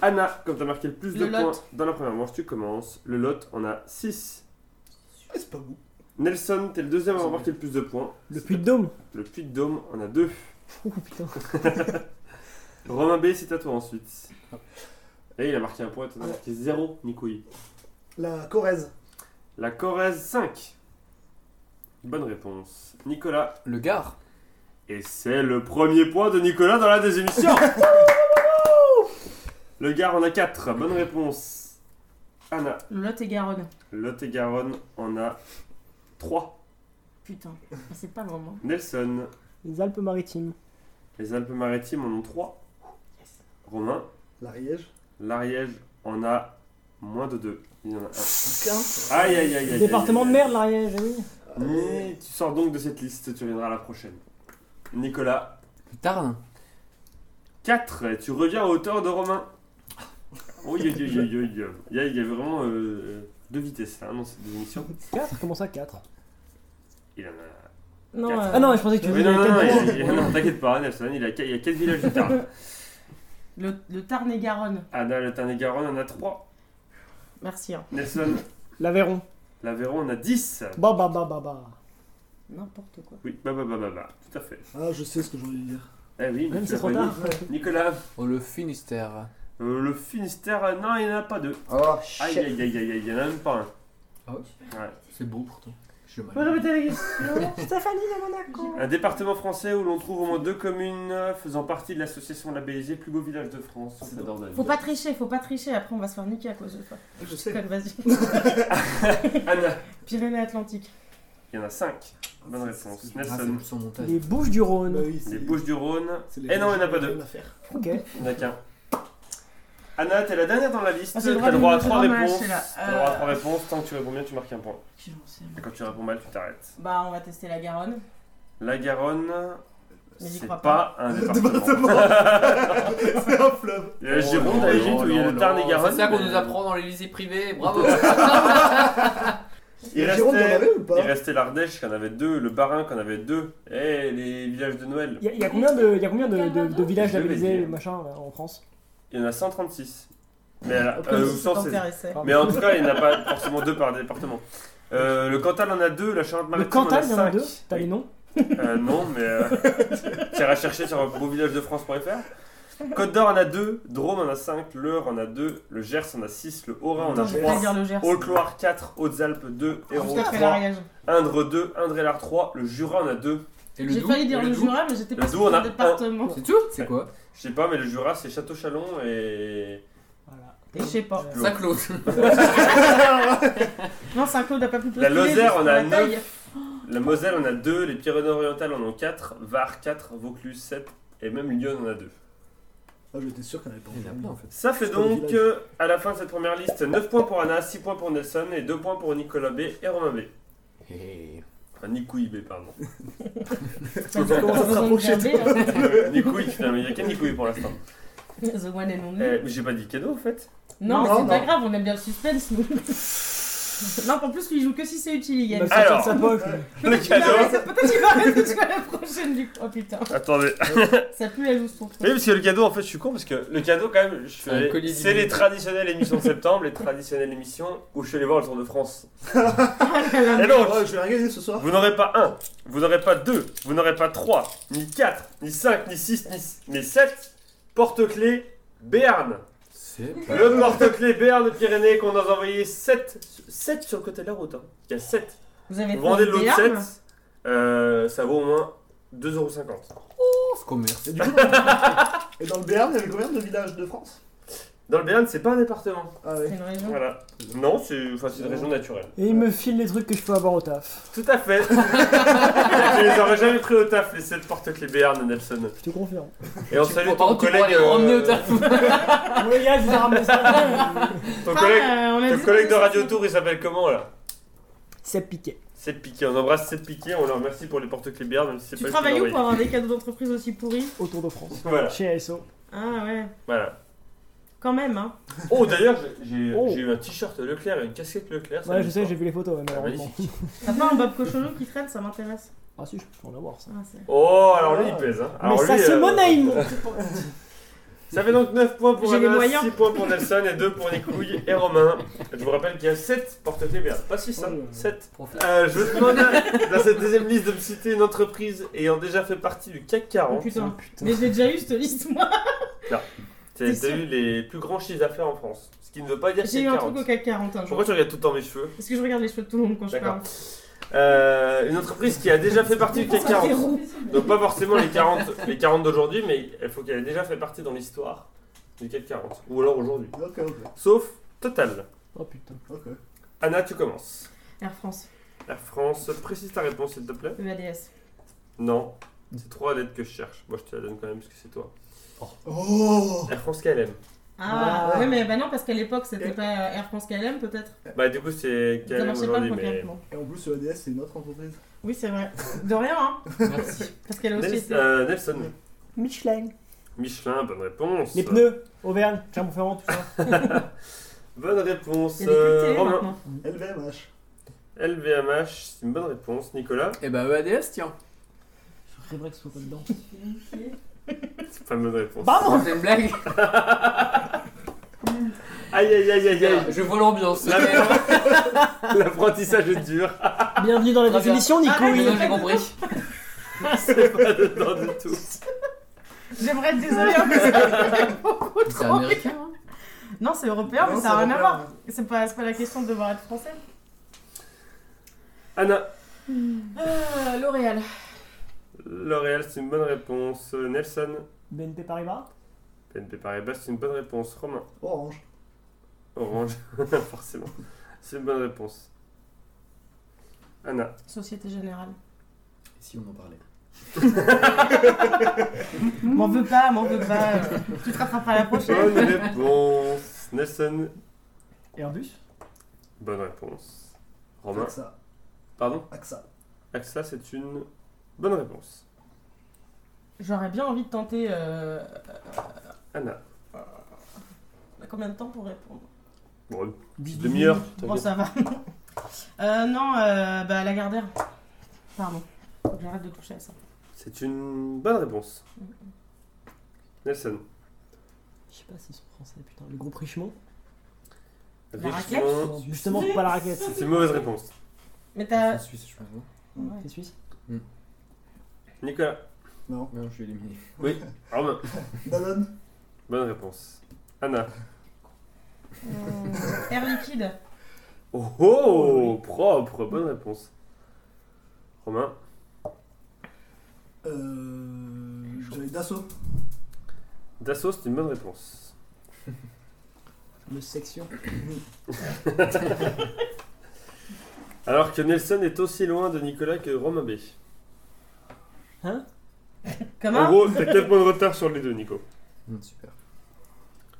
A: Anna, comme tu as marqué le plus de
D: Le
A: points
D: Lot.
A: dans la première manche, tu commences. Le Lot en a 6.
F: Ah, c'est pas beau.
A: Nelson, t'es le deuxième à avoir marqué le plus de points.
C: Le puits de dôme.
A: Le Puy-de-Dôme en a 2.
C: Oh putain.
A: Romain B, c'est à toi ensuite. Et il a marqué un point, t'en as marqué 0, Nicouille.
F: La Corrèze.
A: La Corrèze, 5. Bonne réponse. Nicolas,
B: Le Gard.
A: Et c'est le premier point de Nicolas dans la désémission. le Gard en a 4. Bonne réponse. Anna,
D: Le Lot et Garonne.
A: Lot-et-Garonne en a 3.
D: Putain, c'est pas vraiment.
A: Nelson,
C: Les Alpes-Maritimes.
A: les Alpes-Maritimes en ont 3. Romain,
F: L'Ariège.
A: l'Ariège en a moins de 2. Il y en a un.
F: Putain.
A: Aïe, aïe, aïe, aïe.
C: Département de
A: aïe, aïe,
C: merde, l'Ariège, oui.
A: aïe. Mais tu sors donc de cette liste, tu reviendras à la prochaine. Nicolas,
B: Le Tarn.
A: 4. Et tu reviens à hauteur de Romain. Oh, Oui, oui, oui, oui, oui, oui. Il y a- il y a vraiment euh, deux vitesses là, hein, dans cette émission.
C: 4 Comment ça, 4
A: Il en a.
D: Non,
A: Quatre.
D: euh,
C: Ah non, mais je pensais que tu
A: Oui,
C: faisais
A: non, non, non,
C: quatre
A: il- il- non, t'inquiète pas, Nelson, il a, qu- il y a 4 villages de Tarn.
D: le, le Tarn et Garonne.
A: Anna, le Tarn-et-Garonne en a 3.
D: Merci. hein.
A: Nelson,
C: L'Aveyron.
A: l'Aveyron en a 10.
C: Bah bah bah bah bah.
D: N'importe quoi.
A: Oui, bah, bah, bah, bah, bah, tout à fait.
F: Ah, je sais ce que je voulais dire.
A: Eh oui, mais
C: Même
A: tu
C: c'est
A: l'as
C: trop
A: pas
C: tard.
A: dit. Nicolas,
B: Oh, le Finistère.
A: euh, le Finistère, euh, non, il n'y en a pas deux.
B: Oh,
A: Aïe, aïe, aïe, aïe, aïe, il n'y en a même pas un.
B: C'est beau pourtant. Je suis
D: Bonne
B: mal.
D: réponse. Stéphanie de Monaco.
A: Un département français où l'on trouve au moins deux communes euh, faisant partie de l'association labellisée Plus beau village de France. C'est la Dordogne.
D: Faut pas tricher, faut pas tricher. Après, on va se faire niquer à cause de toi.
F: Je sais.
D: Vas-y.
A: Anna,
D: Pyrénées-Atlantiques.
A: il y en a 5. Bonne réponse.
B: Ah, c'est
A: Nelson,
B: plus en montagne.
C: Les Bouches du
F: Bah
C: Rhône.
F: oui, c'est-
A: les Bouches-du-Rhône.
F: c'est
A: Eh non, il n'y en a pas deux.
F: rien à faire.
C: Ok.
A: Il n'y en a qu'un. Anna, t'es la dernière dans la liste. T'as
D: Ah, c'est
A: le
D: le droit de
A: droit à
D: me-
A: trois
D: de me
A: réponses.
D: lâcher, là.
A: T'as le droit à
D: Euh.
A: trois réponses. Tant que tu réponds bien, tu marques un point.
D: Qui j'en sais.
A: Et quand tu réponds mal, tu t'arrêtes.
D: Bah, on va tester la Garonne.
A: La Garonne,
D: Mais j'y
A: c'est pas,
D: crois pas.
A: un département.
F: Département. c'est un fleuve.
A: Il y a la
B: Oh
A: Gironde, la Gironde, Oh, où il y a le Tarn et Garonne.
B: C'est ça qu'on
A: mais-
B: nous apprend dans les lycées privés. Bravo.
A: Il
F: La Gironde, il y en
A: restait-
F: avait ou pas
A: Il restait l'Ardèche, qu'on avait deux. Le Barin, qu'on avait deux. Et les villages de Noël.
C: Il y, a- y a combien de, y a combien de, de- de villages
A: Je vais
C: labellisés
A: dire.
C: machin là, en France
A: Il y en a 136. Mais à la-
D: Au
A: euh,
D: plus, si
A: sans-
D: ça
A: c'est-
D: t'intéressait.
C: Pardon.
A: Mais en tout cas, il n'y en a pas forcément deux par département. Euh, le Cantal en a deux, la
C: Le
A: Charente-Maritime en a
C: Cantal, il y en a
A: cinq.
C: deux T'as les
A: Oui.
C: noms
A: Euh, non, mais euh, t'iras chercher sur beauvillagedefrance.fr. Côte d'Or en a 2, Drôme en a 5, l'Eure en a 2, le Gers en a 6, le Haut-Rhin en
D: Attends,
A: a
D: je vais pas
A: 3,
D: dire le Gers.
A: Haute-Loire 4, Hautes-Alpes 2, Hérault
D: Jusqu'après
A: 3,
D: l'Ariège.
A: Indre 2, Indre-et-Loire 3, le Jura en a 2.
B: Et le
D: J'ai
B: Doubs
D: failli
B: Et
D: dire
B: le
D: le
B: Doubs
D: Jura, mais j'étais
A: Le
D: pas
A: Doubs,
D: sur
A: on a
D: le département.
B: C'est tout C'est quoi
A: Je sais pas, mais le Jura c'est Château-Chalon et.
C: Voilà.
D: Et je sais pas.
A: L'eau.
B: Ça close.
D: Non, Saint-Claude n'a pas pu
A: La
D: postuler,
A: Lozère,
D: parce
A: on
D: que
A: a
D: la
A: neuf.
D: taille-
A: La Moselle en a 2, les Pyrénées-Orientales en ont 4, Var 4, Vaucluse 7, et même Lyon en a 2.
F: Ah, j'étais sûr qu'il n'y en avait
B: Il y en a
F: pas.
B: plein en fait.
A: Ça fait
F: C'est comme
A: donc
F: village.
A: euh, à la fin de cette première liste 9 points pour Anna, 6 points pour Nelson et 2 points pour Nicolas B et Romain B.
B: Eh,
A: Enfin, Nicouille B, pardon.
D: Parce que
F: Comment ça
D: on
F: se
D: a
F: rapproche,
D: besoin de garder, hein.
A: Nicouille, finalement, il n'y a qu'un Nicouille pour l'instant.
D: The one and only.
A: Eh, mais j'ai pas dit cadeau en fait.
D: Non, mais
F: Non,
D: c'est
F: non.
D: pas grave, on aime bien le suspense, nous. non, en plus, lui, il joue que si c'est utile, il gagne.
C: Il va sortir
A: Alors.
C: de sa poche, lui.
A: Le
D: Il arrête,
A: cadeau
D: Peut-être qu'il va arrêter jusqu'à la prochaine, du coup. Oh putain,
A: Attendez.
D: ça pue la joue, son
A: Oui, parce que le cadeau, en fait, je suis con parce que le cadeau, quand même, je
B: Un
A: fais...
B: colis
A: c'est
B: d'idées.
A: les traditionnelles émissions de septembre, les traditionnelles émissions où je suis allé voir le Tour de France. Et donc,
F: Ouais, je vais regarder ce soir.
A: Vous n'aurez pas 1, vous n'aurez pas 2, vous n'aurez pas 3, ni 4, ni 5, ni 6, ni, mais 7 porte-clés Béarn.
B: C'est
A: Le porte-clés Béarn de Pyrénées qu'on a envoyé 7, 7 sur le côté de la route. hein. Il y a 7.
D: Vous avez
A: Vous vendez
D: des
A: l'autre
D: larmes
A: 7, euh, ça vaut au moins 2,50€.
D: Oh,
B: Commerce.
F: Et du coup, dans le- et dans le Béarn, il y avait combien de villages de France
A: Dans le Béarn, c'est pas un département.
F: Ah
D: C'est
F: ouais.
D: une région.
A: Voilà. Non, c'est enfin, c'est une région naturelle.
C: Et il me file les trucs que je peux avoir au taf.
A: Tout à fait. Je les aurais jamais pris au taf, les 7 porte-clés Béarn, Nelson.
C: Je te confirme.
A: Et on
B: Tu
A: salue
B: pourras-
A: ton
B: tu pourras
A: collègue.
B: les ramener au
A: euh,
B: taf.
C: Ah, Oui, gars, je vous ai ramené ça.
A: Ton collègue,
D: Ah, on a
A: ton
D: dit
A: collègue
D: qu'on
A: de
D: allait
A: Radio
D: sortir.
A: Tour, il s'appelle comment là
C: Ça piquait.
A: Seth Piquet, on embrasse Seth Piquet, on leur remercie pour les porte-clés Béarn, même si c'est
D: Tu
A: pas lui qui
D: travailles
A: l'a
D: où pour
A: envoyé.
D: avoir des cadeaux d'entreprise aussi pourris
C: Autour de France.
A: Voilà,
C: Chez ASO.
D: Ah ouais,
A: voilà.
D: quand même, hein.
A: Oh, d'ailleurs, j'ai- j'ai
C: Oh.
A: j'ai eu un t-shirt Leclerc et une casquette Leclerc.
C: Ouais, je sais, j'ai
A: j'ai.
C: vu les photos, ouais, malheureusement.
A: Ah, Magnifique.
D: T'as pas un Bob Cochonou qui traîne, ça m'intéresse.
C: Ah si, je peux en avoir ça.
D: Ah, c'est-
A: Oh, alors lui, il pèse. Hein. Alors,
C: Mais ça,
A: lui,
C: c'est
A: euh,
C: monnaie, mon
A: Ça fait donc 9 points pour
D: J'ai les
A: Emma,
D: moyens.
A: 6 points pour Nelson et 2 pour les couilles et Romain. Je vous rappelle qu'il y a 7 porte-clés Béarn. Pas 6, hein.
F: Oh là là.
A: 7.
B: Profite.
A: je vous demande dans cette deuxième liste de me citer une entreprise ayant déjà fait partie du CAC 40.
D: Oh putain. Mais j'ai déjà eu cette liste, moi.
A: T'as
D: C'est
A: t'as
D: sûr.
A: eu les plus grands chiffres d'affaires en France. Ce qui ne veut pas dire
D: J'ai
A: CAC
D: eu un truc
A: 40.
D: au CAC 40 un jour.
A: Pourquoi tu regardes tout le temps mes cheveux
D: Parce que je regarde les cheveux de tout le monde quand je
A: D'accord. Ah,
D: parle.
A: Euh, Une entreprise qui a déjà fait partie du CAC 40. Donc pas forcément les 40, les 40 d'aujourd'hui, mais il faut qu'elle ait déjà fait partie dans l'histoire du CAC 40. Ou alors aujourd'hui.
F: Ok, ok,
A: Sauf Total.
C: Oh putain.
F: ok.
A: Anna, tu commences.
D: Air France, E
A: La France, précise ta réponse s'il te plaît.
D: EADS.
A: Non. C'est trois lettres que je cherche. Moi je te la donne quand même parce que c'est toi.
F: Oh
A: Air France KLM.
D: Ah,
F: Ah.
D: ouais, mais bah non, parce qu'à l'époque, c'était pas Air France KLM, peut-être.
A: Bah du coup c'est
D: Ça
A: KLM
D: marchait pas le
A: aujourd'hui mais...
D: concurrent.
F: Et en plus, le ADS, c'est une autre entreprise.
D: Oui, c'est vrai. De rien, hein.
B: Merci.
D: Parce qu'elle a aussi
A: Nels-
D: été.
A: euh, Nelson.
C: Michelin.
A: Michelin, bonne réponse.
C: Les pneus. Auvergne, Clermont-Ferrand, tout ça.
A: Bonne réponse.
D: Il y a des pubs
A: euh,
D: télé
A: Romain.
D: maintenant.
F: LVMH.
A: LVMH, c'est une bonne réponse. Nicolas,
B: Et bah EADS, tiens.
C: Je rêverais que ce soit pas dedans.
A: c'est pas une bonne réponse.
C: Pardon
B: Oh, C'est une blague.
A: Aïe aïe aïe aïe aïe.
B: Je vois l'ambiance.
A: La-
B: Mais non,
A: L'apprentissage est dur.
C: Bienvenue dans la
B: Très bien.
C: définition, Nico.
D: Arrête,
C: oui.
B: J'ai compris.
A: C'est pas dedans du tout.
D: J'aimerais être désolée, hein, mais ça fait beaucoup
B: C'est
D: trop.
B: américain. hein.
D: Non, c'est européen, mais
F: Non,
D: ça
F: c'est
D: n'a rien à
F: européen,
D: voir. C'est pas, c'est pas la question de devoir être français.
A: Anna.
D: Euh, L'Oréal.
A: L'Oréal, c'est une bonne réponse. Nelson.
C: BNP Paribas.
A: PNP Paribas, c'est une bonne réponse. Romain.
F: Orange.
A: Orange, forcément. C'est une bonne réponse. Anna.
D: Société Générale.
B: Si on en parlait.
D: M'en veux pas, m'en veux pas. euh, tu te rattraperas la prochaine.
A: Bonne réponse. Nelson.
C: Airbus.
A: Bonne réponse. Romain.
F: AXA.
A: Pardon
F: AXA.
A: AXA, c'est une bonne réponse.
D: J'aurais bien envie de tenter. euh,
A: Anna.
D: Combien de temps pour répondre
A: Bon, une petite demi-heure. t'as
D: Bon,
A: bien.
D: ça va. Euh, non, euh, bah Lagardère. Pardon. Faut que j'arrête de toucher à ça.
A: C'est une bonne réponse. Nelson.
C: Je sais pas s'ils sont français, putain. Le groupe Richemont.
D: La
A: Richemont.
C: Non, Justement, c'est pas la raquette.
A: C'est une mauvaise réponse.
D: Mais
A: Euh,
D: t'as.
B: C'est Suisse, je pense. non
D: Ouais.
C: C'est suisse.
A: Nicolas.
F: Non.
B: Non, je suis éliminé.
A: Romain.
F: Danone.
A: Bonne réponse. Anna.
D: Euh, Air liquide.
A: Oh, oh, propre, bonne réponse. Romain,
F: Euh. J'avais Dassault.
A: Dassault, c'est une bonne réponse.
C: Le section.
A: Alors que Nelson est aussi loin de Nicolas que Romain B. en
D: Comment
A: gros, t'as 4 points de retard sur les deux, Nico.
B: Hum, Super.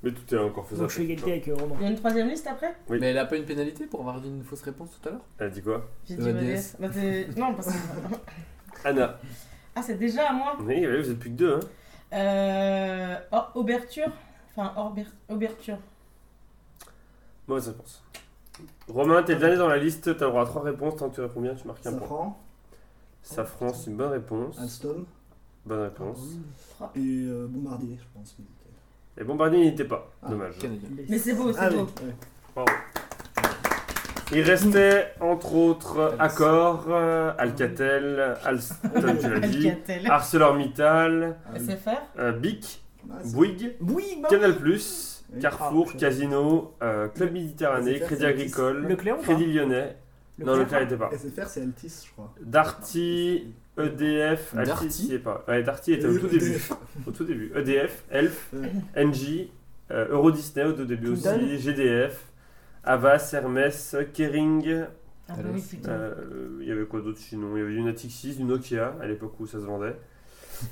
A: Mais tout est encore faisable.
C: Donc je suis égalité avec euh, Romain.
D: Il y a une troisième liste après
A: Oui.
B: Mais elle a pas une pénalité pour avoir dit une fausse réponse tout à l'heure
A: Elle dit quoi
D: J'ai
B: Euh,
D: ODS. Bah, t'es- non, parce que.
A: Anna.
D: Ah, c'est déjà à moi.
A: Oui, oui, vous êtes plus que deux, hein.
D: Euh, or- ouverture. Enfin, orber- ouverture.
A: Mauvaise réponse. Romain, t'es le dernier dans la liste, t'as le droit à 3 réponses. Tant que tu réponds bien, tu marques un point.
F: Safran.
A: Safran, c'est une bonne réponse.
C: Ah,
F: Alstom.
A: Bonne réponse.
F: Et euh, Bombardier, je pense.
A: Et Bombardier n'y était pas.
F: Ah,
A: Dommage.
B: Canadien.
D: Mais c'est beau, Oh, c'est
F: Ah oui.
D: beau.
F: ouais.
A: Il restait, entre autres,
B: Alstom.
A: Accor, euh, Alcatel, Alstom, tu l'as dit.
D: Alcatel.
A: ArcelorMittal,
F: Ah oui.
D: SFR.
A: euh, BIC,
F: Ah, c'est-
A: Bouygues,
C: Oui, bah.
A: Canal+,
F: Oui.
A: Carrefour,
F: Ah, je sais.
A: Casino, euh, Club Méditerranée,
F: SFR,
A: Crédit
F: c'est hein
A: Agricole,
C: Leclerc ou pas
A: Crédit Lyonnais, non, Leclerc n'était pas,
F: SFR, c'est Altis, je crois.
A: Darty, E EDF,
B: Darty.
A: Altis, il y est pas. Ouais, Darty était au tout début. Au tout début. EDF, Elf,
F: Ouais.
A: NJ, euh, Euro Disney au tout début
C: Total.
A: aussi, GDF, Avas, Hermès, Kering.
D: Ah bah oui, putain.
A: euh, Il y avait quoi d'autre sinon Il y avait du Natix 6, du Nokia à l'époque où ça se vendait.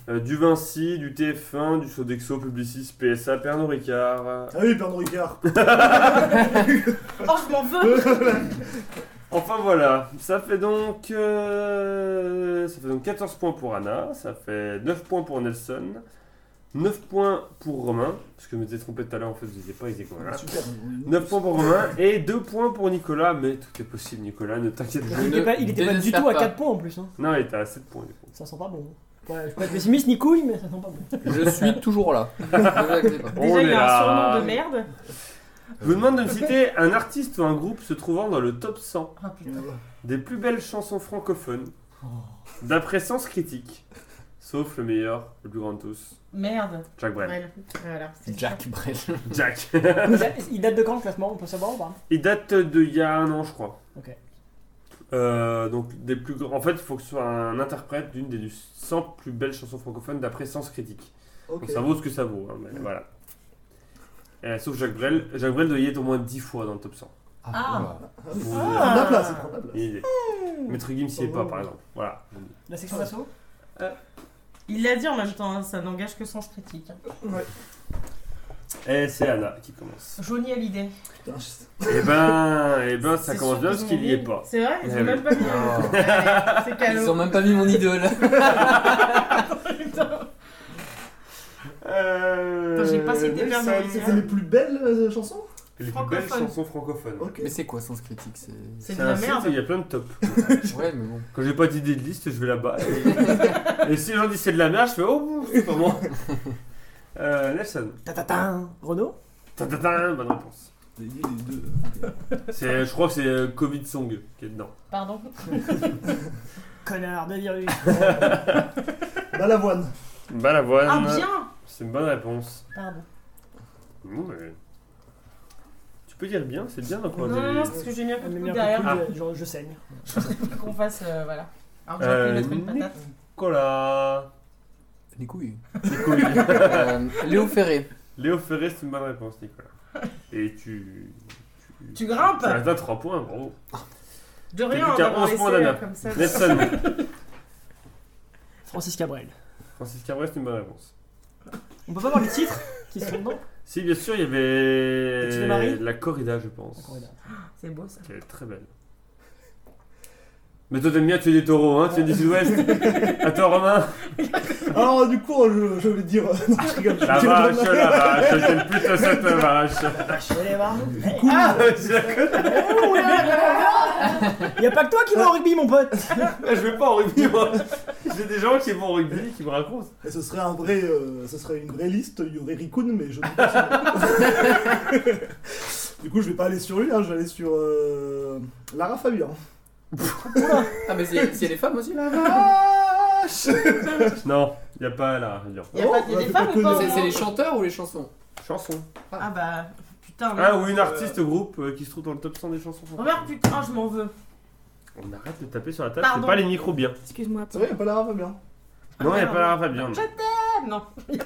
A: Euh, du Vinci, du TF1, du Sodexo, Publicis, PSA, Pernod Ricard.
F: Ah oui, Pernod Ricard.
D: Oh, je m'en veux
A: Enfin voilà, ça fait donc euh, ça fait donc 14 points pour Anna, ça fait 9 points pour Nelson, 9 points pour Romain, parce que je m'étais trompé tout à l'heure en fait, je disais pas les écoles.
F: Super.
A: 9 points pour Romain et 2 points pour Nicolas, mais tout est possible Nicolas, ne t'inquiète pas.
B: Je
C: Il était
B: ne
C: pas, il était pas du
B: désespère
C: tout à
B: pas.
C: 4 points en plus. Hein.
A: Non, il était à 7 points du coup.
C: Ça sent pas bon. Ouais, je suis pas pessimiste ni couille, mais ça sent pas bon.
B: Je suis toujours là. Ne vous inquiétez pas.
A: On
D: Déjà, il y
A: est
D: a un
A: là.
D: surnom de merde.
A: Je vous demande de me citer un artiste ou un groupe se trouvant dans le top 100
D: Ah putain.
A: des plus belles chansons francophones d'après Sens Critique, sauf le meilleur, le plus grand de tous,
D: Merde.
A: Jack Brel.
D: Voilà. Voilà, c'est
B: Jack Brel.
A: Jack.
C: Il a- Il date de quand le classement On peut savoir ou pas
A: Il date de il y a un an, je crois.
C: Ok.
A: Euh, donc des plus grands. En fait, il faut que ce soit un interprète d'une des 100 plus belles chansons francophones d'après Sens Critique.
F: Ok.
A: Donc ça vaut ce que ça vaut. hein, mais voilà. Euh, sauf Jacques Brel. Jacques Brel doit y être au moins 10 fois dans le top 100.
D: Ah.
B: voilà.
A: Pour vous
F: Il
A: donner
F: prend de la place, il prend de la place.
A: une idée. Maître Gims n'y est pas, par exemple. Voilà.
C: La section d'assaut
D: Il l'a dit en même temps, hein, ça n'engage que sens critique. hein.
A: Et c'est Anna qui commence.
D: Johnny Hallyday.
F: Putain, je-
A: Eh ben, eh ben ça
D: C'est
A: commence
D: sûr
A: bien
D: qu'ils
A: parce qu'il
D: ont
A: n'y est
D: mis.
A: pas.
D: C'est vrai, ils
A: Eh
D: ont même
A: oui.
D: pas mis.
B: Oh.
D: Ouais, C'est
B: Ils ont
D: calme.
B: même pas mis mon idole.
A: Euh,
D: Attends, j'ai pas cité
A: mais
D: Pernod
A: ça-
D: Ricard.
F: C'était les plus Oh, belles euh, chansons
A: Les plus belles
D: Francophone.
A: chansons francophones.
F: Ok.
B: Mais c'est quoi Sens Critique c'est...
D: C'est de
A: C'est un
D: la
A: site
D: merde.
A: où il y a plein de tops.
B: Ouais, mais bon.
A: Quand j'ai pas d'idée de liste, je vais là-bas. Et, et si les gens disent c'est de la merde, je fais oh, c'est pas moi. Euh, Nelson.
C: Tatatin Renault
A: Ta-ta-ta, bonne réponse.
F: Des nuls, des deux.
A: C'est, je crois que c'est euh, Covid Song qui est dedans.
D: Pardon.
A: Euh,
C: Connard de virus
F: Bah, Balavoine.
A: Balavoine.
D: Ah bien
A: c'est une bonne réponse.
D: Pardon.
A: Mmh, mais- Tu peux dire bien, c'est bien d'encore
D: Non,
A: des-
D: non, non, c'est parce que j'ai mis un
C: Ah,
D: coup
C: mais
D: de
C: merde,
D: coude derrière.
A: Ah.
C: je- je- je saigne.
D: Faut qu'on fasse. euh, voilà. Alors que
A: Euh,
D: j'aurais pu mettre une
A: Nick.
D: patate.
A: Nicolas.
B: Les couilles.
A: Nicolas.
B: Euh, Léo Ferré.
A: Léo Ferré, c'est une bonne réponse, Nicolas. Et tu.
D: Tu grimpes
A: Tu atteins 3 points, bravo.
D: De
A: T'as
D: rien,
A: plus
D: hein,
A: qu'à
D: d'avoir
A: 11 points,
D: laissé,
A: Dana.
D: euh, comme ça.
A: Nelson.
C: Francis Cabrel.
A: Francis Cabrel, c'est une bonne réponse.
C: On peut pas voir les titres qui sont dedans
A: Si, bien sûr, il y
C: Et tu les maries
A: avait la corrida, je pense.
D: C'est beau ça.
A: Qui est très belle. Mais toi, t'aimes bien tuer des taureaux, hein Tu es du sud-ouest À toi, Romain
F: Alors, du coup, je, je vais dire. Non, je rigole. je vais
A: La
F: dire-
A: vache, la vache, j'aime plutôt cette vache Ah, je la connais
C: Il y a pas que toi qui vas au rugby, mon pote
A: Je vais pas au rugby, moi J'ai des gens qui vont au rugby qui me racontent.
F: Et ce serait un vrai, euh, ce serait une vraie liste, il y aurait Rikun, mais je ne sais pas. du coup, je vais pas aller sur lui, hein, je vais aller sur euh, Lara Fabian.
B: Ah, mais c'est, c'est les femmes aussi là
F: Vache
A: Non, y a pas la radio.
D: Il y a
F: Oh,
D: pas y a
F: bah,
D: des
F: c'est
D: femmes
F: pas
D: ou pas
F: connu.
D: au
B: c'est, c'est
D: moins
B: les chanteurs ou les chansons
A: Chanson.
D: Ah bah putain.
A: Ah,
D: merde.
A: ou une artiste ou groupe euh, qui se trouve dans le top 100 des chansons.
D: Regarde putain, je m'en veux.
A: On arrête de taper sur la table, c'est
D: Pardon.
A: pas les micros bien.
D: Excuse-moi.
F: C'est vrai, il n'y a pas Lara Fabian.
A: Non, y a pas la Fabien.
D: Je Ah, non.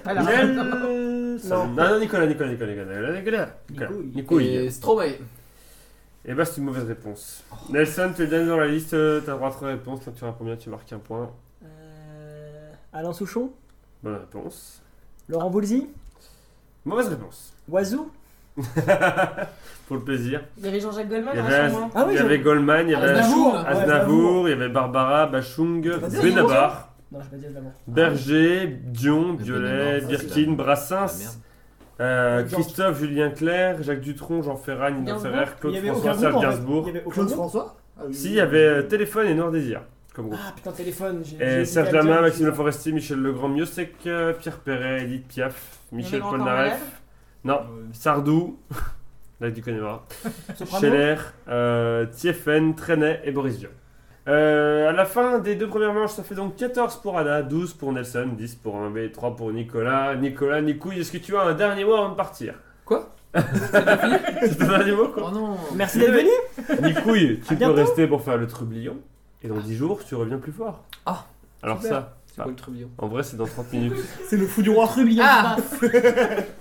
D: Alors,
A: Nelson. Non, non, Nicolas, Nicolas, Nicolas, Nicolas, Nicolas. Nicolas.
C: Nico, il-
A: Nicolas.
B: Et Stromae.
A: Eh ben, c'est une mauvaise réponse. Nelson, tu es le dernier dans la liste, euh, t'as le droit à trois réponses. Quand tu réponds bien, tu marques un point.
C: Euh, Alain Souchon
A: Bonne réponse.
C: Laurent Voulzy
A: Mauvaise réponse.
C: Oiseau
A: Pour le plaisir.
D: Il y avait Jean-Jacques Goldman, hein,
A: Il y avait,
D: rassure-moi.
C: Ah oui,
A: il y avait
C: j'avais-
A: Goldman, il y avait
B: Aznavour.
C: Ouais,
A: Euh, Aznavour, il y avait Barbara, Bachung,
F: Vas-y,
A: Benabar,
C: Non, j'ai pas dit Aznavour.
A: Berger, Dion,
B: Le
A: Violet,
B: Benabar,
A: Birkin,
B: c'est- Ah,
A: Brassens,
B: merde.
A: euh,
C: Georges.
A: Christophe, Julien Clerc, Jacques Dutronc, Jean Ferrat, Nina
D: Gainsbourg.
A: Ferrer,
C: Il
A: Claude
C: y avait
A: François,
C: aucun
A: Serge
C: groupe, en fait.
A: Gainsbourg.
C: Il y avait aucun
F: Claude
C: groupe.
F: François Ah oui.
A: Si, il y avait euh, Téléphone et Noir Désir comme groupe.
C: Ah putain, téléphone. j'ai- j'ai
A: Et
C: hésité à
A: Serge
C: le dire,
A: Lama,
C: mais
A: Maxime Le
C: j'ai-
A: Forestier, Michel Legrand, Miossec, euh, Pierre Perret, Edith Piaf, Michel
D: encore
A: Polnareff. Non, Sardou, là tu connais pas.
C: Soprano
A: Scheller, euh, Thieffen, Trenet et Boris Vian. Euh, à la fin des deux premières manches, ça fait donc 14 pour Anna, 12 pour Nelson, 10 pour un B, 3 pour Nicolas. Nicolas, Nicouille, est-ce que tu as un dernier mot avant de partir
B: Quoi
A: C'est ton dernier mot quoi
B: Oh non
C: Merci d'être venu
A: Nicouille, tu peux
C: À bientôt.
A: rester pour faire le trublion. Et dans 10 jours, tu reviens plus fort.
B: Ah.
A: Alors
F: Super.
A: ça,
B: C'est quoi le trublion
A: en vrai, c'est dans 30 minutes.
F: C'est le fou du roi Rubillon.
B: Ah
A: Tu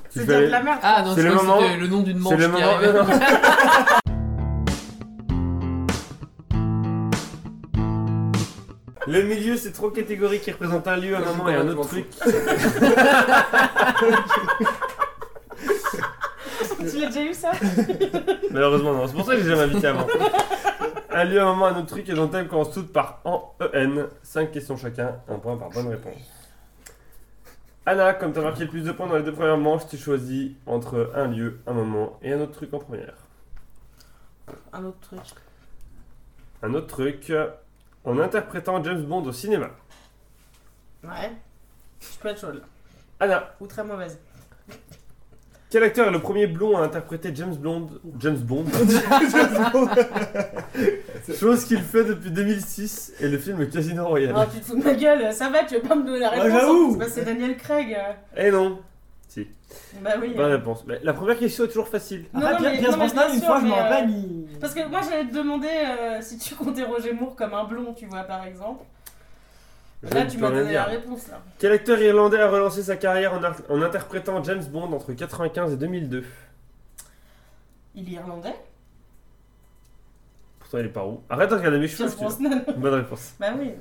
D: C'est
A: fais-
D: de la merde.
B: Ah non,
A: C'est
B: je
A: le
B: crois que
A: moment-
B: c'était le nom d'une manche
A: C'est le
B: qui
A: moment.
B: arrivait.
A: non, non. Le milieu, c'est trois catégories qui représentent un lieu, un
B: Je
A: moment
B: sais
A: et
B: pas,
A: un
B: je
A: autre
B: m'en
A: truc.
D: Tu l'as déjà eu ça
A: Malheureusement, non. C'est pour ça que j'ai jamais invité avant. Un lieu, un moment, un autre truc et dans le thème commence toutes par en EN. 5 questions chacun, un point par bonne réponse. Anna, comme t'as marqué le plus de points dans les deux premières manches, tu choisis entre un lieu, un moment et un autre truc en première.
D: Un autre truc.
A: Un autre truc, en interprétant James Bond au cinéma.
D: Ouais. Je peux être chaude là.
A: Anna,
D: Ou très mauvaise.
A: quel acteur est le premier blond à interpréter James Bond James Bond Chose qu'il fait depuis 2006 et le film Casino
D: Oh,
A: Royale.
D: tu te fous de ma gueule, ça va, tu veux pas me donner la
F: Bah,
D: réponse
F: j'avoue.
D: en plus, bah, C'est Daniel Craig. euh.
A: Eh non Si,
D: Bah oui.
A: bonne réponse. Mais la première question est toujours facile.
D: Non,
C: Ah,
D: non, mais-
C: Pierre Pierce
D: non, mais
C: Brosnan,
D: bien
C: une
D: sûr,
C: fois, je me
D: mais, euh,
C: rappelle, il.
D: Parce que moi j'allais te demander euh, si tu comptais Roger Moore comme un blond, tu vois, par exemple.
A: Je
D: Là,
A: ne
D: tu
A: peux
D: m'as
A: rien
D: donné
A: dire.
D: la réponse là.
A: Quel acteur irlandais a relancé sa carrière en, ar- en interprétant James Bond entre 95 et 2002
D: Il est irlandais
A: Pourtant, il est par où Arrête de regarder mes cheveux,
D: Pierce
A: je te dis.
D: Brosnan
A: Bonne réponse.
D: Bah oui, ouais.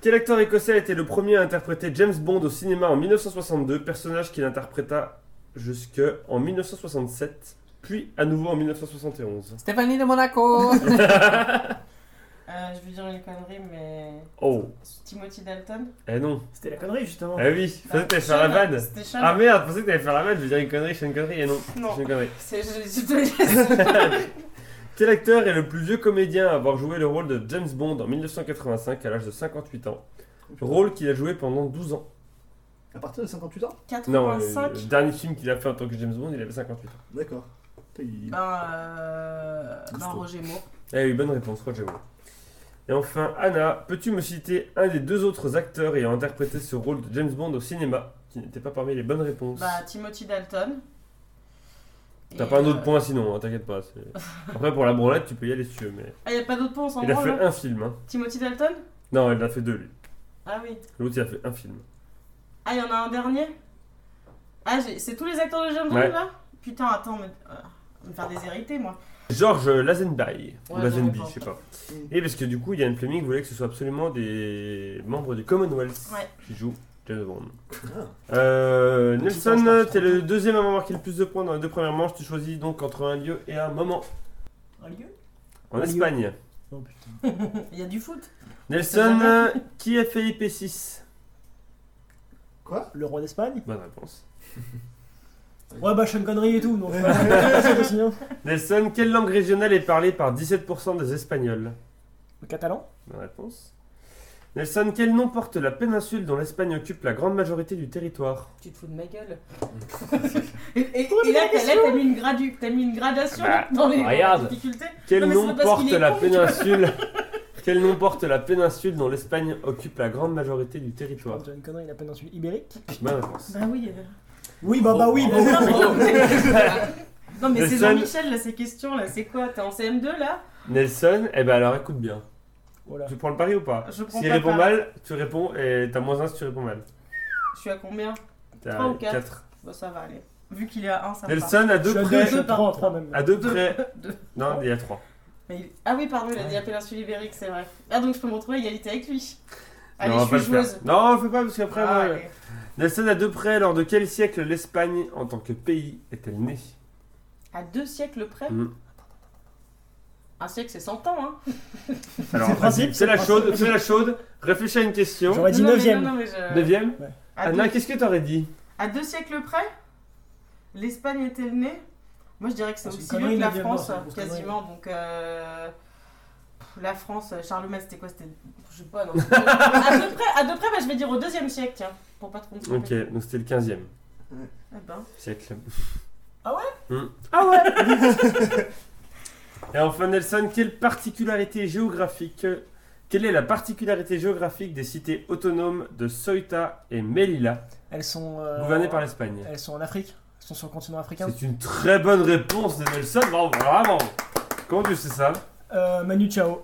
A: Quel acteur écossais a été le premier à interpréter James Bond au cinéma en 1962, personnage qu'il interpréta jusque en 1967, puis à nouveau en 1971
B: Stéphanie de Monaco
D: Euh, je veux dire une connerie, mais.
A: Oh,
D: Timothy Dalton
A: eh non.
C: C'était la connerie, justement.
A: Eh oui, je pensais que t'allais faire la
D: Sean,
A: vanne.
D: C'était Sean.
A: Ah merde, je pensais que t'allais faire la vanne, je veux dire une connerie, je fais une connerie, eh non.
D: Non.
A: je fais une connerie.
D: C'est- je- je te-
A: Quel acteur est le plus vieux comédien à avoir joué le rôle de James Bond en 1985 à l'âge de 58 ans Rôle qu'il a joué pendant 12 ans.
F: À partir de 58 ans
A: Non, euh,
D: 85
A: le dernier film qu'il a fait en tant que James Bond, il avait 58 ans.
F: D'accord. Putain, il-
D: Ben, euh, ben
F: Costaud.
D: Roger Moore.
A: Eh oui, bonne réponse, Roger Moore. Et enfin, Anna, peux-tu me citer un des deux autres acteurs ayant interprété ce rôle de James Bond au cinéma qui n'était pas parmi les bonnes réponses
D: Bah, Timothy Dalton.
A: T'as
D: Et,
A: pas un autre
D: euh,
A: point sinon, hein, t'inquiète pas. c'est- Après, pour la branlette, tu peux y aller si tu veux, mais.
D: Ah, y a pas d'autre point, on s'en
A: Il a
D: branle,
A: fait
D: là
A: un film, hein.
D: Timothy Dalton
A: Non, il en a fait deux, lui.
D: Ah oui.
A: L'autre, il a fait un film.
D: Ah, y en a un dernier Ah, j'ai- c'est tous les acteurs de James Bond
A: Ouais.
D: là Putain, attends, mais. euh, je vais me faire déshériter moi.
A: Georges Lazenby, ou
D: Ouais,
A: Lazenby,
D: non,
A: je sais pas.
F: Mm.
A: Et parce que du coup, Ian Fleming voulait que ce soit absolument des membres du Commonwealth
D: Ouais.
A: qui jouent James Bond.
F: Ah.
A: Euh,
F: Petit hein,
A: Nelson,
F: point, je pense,
A: t'es le deuxième à avoir marqué le plus de points dans les deux premières manches. Tu choisis donc entre un lieu et un moment
D: Un lieu
A: en
F: Un lieu.
A: Espagne.
F: Oh putain.
D: Il y a du foot
A: Nelson, euh, qui est Felipe VI
F: Quoi
C: Le roi d'Espagne
A: Bonne réponse.
C: Ouais, bah, Sean Connery et tout, donc.
F: Ouais.
C: euh, c'est aussi, hein.
A: Nelson, quelle langue régionale est parlée par 17% des Espagnols
C: Le catalan
A: Bonne réponse. Nelson, quel nom porte la péninsule dont l'Espagne occupe la grande majorité du territoire
D: Tu te fous de ma gueule Et, et- et là, t'as là, t'as mis, une gradu- t'as mis une gradation
A: Bah,
D: dans les
A: regarde.
D: difficultés
A: Quel
D: Non, mais c'est
A: nom
D: pas parce
A: porte
D: qu'il est
A: la
D: con, tu vois.
A: péninsule Quel nom porte la péninsule dont l'Espagne occupe la grande majorité du territoire
C: Sean Connery, la péninsule ibérique
A: Bonne réponse.
D: Bah oui. euh.
C: Oui, bah, bah,
D: Oh,
C: oui, bah, oui.
D: Non, mais
A: Le
D: c'est
A: seul-
D: Jean-Michel là, ces questions là, c'est quoi T'es en CM2 là
A: Nelson, eh ben alors écoute bien.
C: Voilà.
A: Tu prends le pari ou pas
D: Je prends
A: S'il
D: pas
A: répond
D: le pari.
A: mal, tu réponds et t'as moins 1 si tu réponds mal.
D: Je suis à combien
A: T'as
D: Trois ou quatre.
A: quatre.
D: Bon, ça va aller. Vu qu'il est à 1, ça va.
A: Nelson à deux
C: Sean
A: près.
C: Connery,
D: par-
C: trois, trois même.
A: À deux près.
D: Deux.
A: Non, il y a trois.
D: Mais il- Ah oui, pardon, il a dit la péninsule ibérique, c'est vrai. Ah, donc je peux me retrouver à égalité avec lui. Allez,
A: non, on
D: je
A: va
D: suis
A: pas le
D: joueuse.
A: faire. Non, fais pas parce qu'après.
D: Ah,
A: moi,
D: allez.
A: Nelson à deux près. Lors de quel siècle l'Espagne, en tant que pays, est-elle née
D: À deux siècles près
A: Mm.
D: Un siècle, c'est 100 ans, hein
A: Alors,
C: le principe,
A: vas-y,
C: c'est
A: fais la
C: le principe.
A: chaude. Fais la chaude. Réfléchis à une question.
C: J'aurais dit
D: Non, non, mais-
C: 9ème.
D: non, non, mais je-
A: Neuvième.
C: Ah,
D: À
A: Anna,
D: deux-
A: Ah, qu'est-ce que t'aurais dit
D: à deux siècles près, l'Espagne était née. Moi, je dirais que c'est
C: Ah, C'est une
D: aussi
C: connerie,
D: vieux que la
C: neuvième mort,
D: France,
C: c'est une grosse
D: quasiment. Donc, euh, pff, la France, euh, Charlemagne, c'était quoi C'était. Je sais pas, non. c'était- à deux près, à deux près bah, je vais dire au deuxième siècle, tiens, pour pas trop me tromper.
A: Ok, donc c'était le 15 e
D: Eh ben,
A: siècle.
C: Ah
A: ouais Ah ouais Et enfin, Nelson, quelle particularité géographique Quelle est la particularité géographique des cités autonomes de Ceuta et Melilla,
C: Elles sont. euh,
A: gouvernées par l'Espagne
C: Elles sont en Afrique. Elles sont sur le continent africain.
A: C'est une très bonne réponse de Nelson, bravo, vraiment Comment tu sais ça
C: Euh, Manu Chao.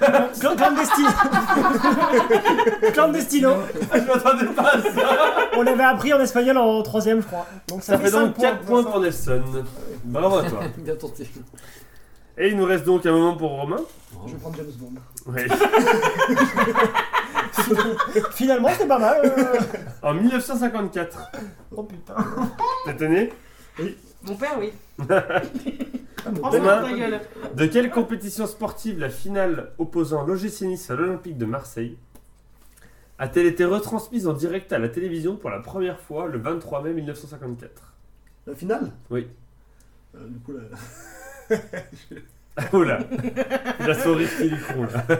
C: Clan- Clandestino. Clandestino.
A: Ah, Je m'attendais pas à ça.
C: On l'avait appris en espagnol en troisième, je crois. Donc ça,
A: Ça
C: fait
A: fait
C: 5
A: donc
C: points.
A: 4 points pour Nelson. Bravo à toi.
B: Bien tenté.
A: Et il nous reste donc un moment pour Romain.
F: Je vais prendre James Bond.
A: Ouais.
C: Finalement, c'était pas mal. euh.
A: En 1954,
C: Oh putain.
A: cette année,
D: Mon père, oui.
F: Ah,
A: père.
D: Franchement, ta gueule.
A: de quelle compétition sportive la finale opposant l'OGC Nice à l'Olympique de Marseille a-t-elle été retransmise en direct à la télévision pour la première fois le 23 mai 1954
F: La finale
A: Oui.
F: Euh, du coup, la...
A: Oh là La souris qui lui con là.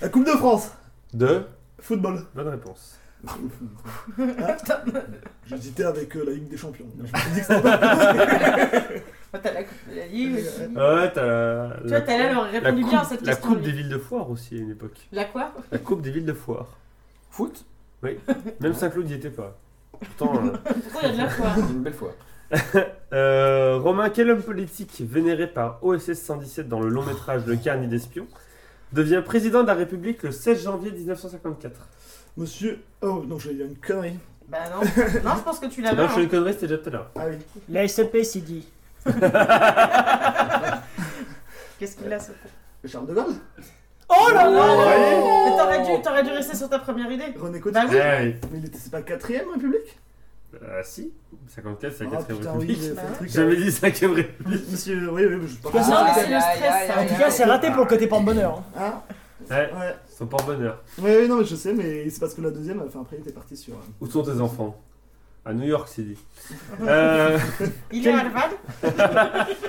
F: la Coupe de France
A: De
F: Football.
A: Bonne réponse.
F: Ah, J'hésitais avec euh, la Ligue des Champions. Je me suis dit que c'était pas-
D: Toi, Oh, T'as la coupe de la Ligue aussi.
A: Ouais, t'as la.
D: Tu vois, t'as là, elle aurait répondu bien à
A: coupe-
D: cette
A: la
D: question.
A: coupe
D: lui.
A: des villes de foire aussi à une époque.
D: La quoi
A: La coupe des villes de foire.
B: Foot
A: Même Saint-Cloud n'y était pas. Pourtant. euh,
D: Pourquoi il y a de la foi
B: Une belle fois.
A: Euh, Romain, quel homme politique vénéré par OSS 117 dans le long métrage Le Carnet d'espions devient président de la République le 16 janvier 1954
F: Monsieur. Oh non, j'allais dire une connerie.
D: Bah non. Ah Non, je pense que tu l'as
A: Non,
D: mal. hein.
A: je fais une connerie, c'était déjà tout à l'heure.
F: Ah oui.
C: La SCP s'est dit.
D: Qu'est-ce qu'il a ce con
F: Charles de Gaulle
C: Oh
A: Ah
C: là
D: Oh
C: là
D: Mais t'aurais dû, t'aurais dû rester sur ta première idée.
F: René Coty
D: Bah oui.
A: Ouais,
F: Mais il était... c'est pas 4ème République
A: euh, si, 54, c'est la
F: Ah
A: 4
F: putain, oui,
A: République.
F: j'ai fait le truc. euh,
A: J'avais dit 5 République.
F: Monsieur, oui, oui, mais je sais pas.
C: Ah,
D: non, mais
C: aïe,
D: c'est le
B: aïe,
D: stress,
B: aïe,
D: ça.
C: En tout cas, c'est raté pour le côté porte-bonheur. hein.
F: Hein
A: Ouais,
F: Ouais.
A: son porte-bonheur.
F: Ouais, ouais, non, mais je sais, mais c'est parce que la deuxième, enfin après, il était parti sur. euh,
A: Où sont tes enfants À New York City. Euh,
D: Il est
A: Quel-
D: à Harvard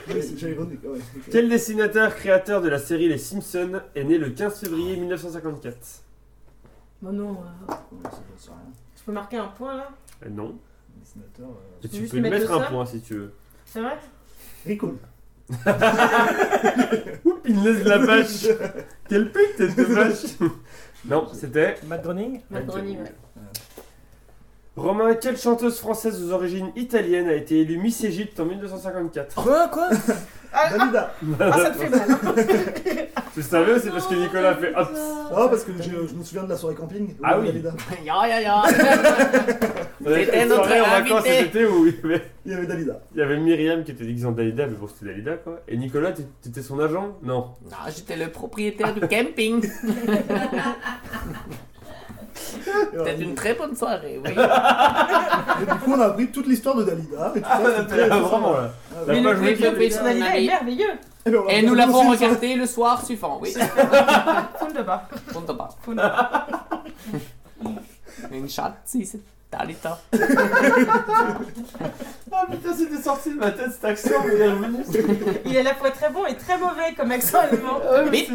F: oui, c'est- J'avais René, ouais. ok.
A: quel dessinateur créateur de la série Les Simpsons est né le 15 février 1954
D: Bon non, euh,
F: Ouais, ça, j'en sais rien.
D: je peux marquer un point là
A: Euh, Non.
F: Dessinateur. euh,
A: Et
D: Tu veux
A: tu
D: juste
A: peux lui
D: mettre
A: mettre
D: le
A: un
D: ça
A: point si tu veux.
D: C'est vrai
F: Rico.
A: Oups, il laisse la vache Quelle pute, cette vache Non, c'était...
C: Matt Groening
D: Matt Groening, Bah, ouais.
A: Romain, quelle chanteuse française aux origines italiennes a été élue Miss Égypte en 1954
C: Quoi Quoi
F: Dalida.
D: Ah, ça te fait mal
A: Tu savais, c'est parce que Nicolas fait hop
F: Oh, parce que je, je me souviens de la soirée camping.
A: Ah oui.
F: Dalida.
B: Ya ya ya
A: On avait
B: C'était
A: fait une soirée
B: notre
A: en vacances
B: invité.
A: cet été où il y avait-
F: Il y avait Dalida.
A: il y avait Myriam qui était déguisée en Dalida, mais bon, c'était Dalida quoi. Et Nicolas, t'é- t'étais son agent Non.
B: Non, Ah, j'étais le propriétaire du camping.
F: Et voilà.
B: C'était une très bonne soirée, oui.
F: Et du coup, on a appris toute l'histoire de Dalida. Et tout ça, c'est
A: Ah,
F: très- très
A: Vraiment
F: sympa.
A: là.
F: Ah,
A: La
F: ouais.
D: Mais
A: page
D: le clip
A: wiki.
D: de personnalité est merveilleux
F: Eh ben, on l'a
B: Et
F: regardé
B: nous l'avons
F: aussi,
B: regardé le soir suivant, oui.
D: Fond de bas,
B: On ne pas.
D: fond de bas.
B: Une chatte, si, c'est Dalita.
A: Ah putain, c'était sorti de ma tête cette action, mais il est revenu.
D: Il est à la fois très bon et très mauvais comme accent allemand.
B: Vite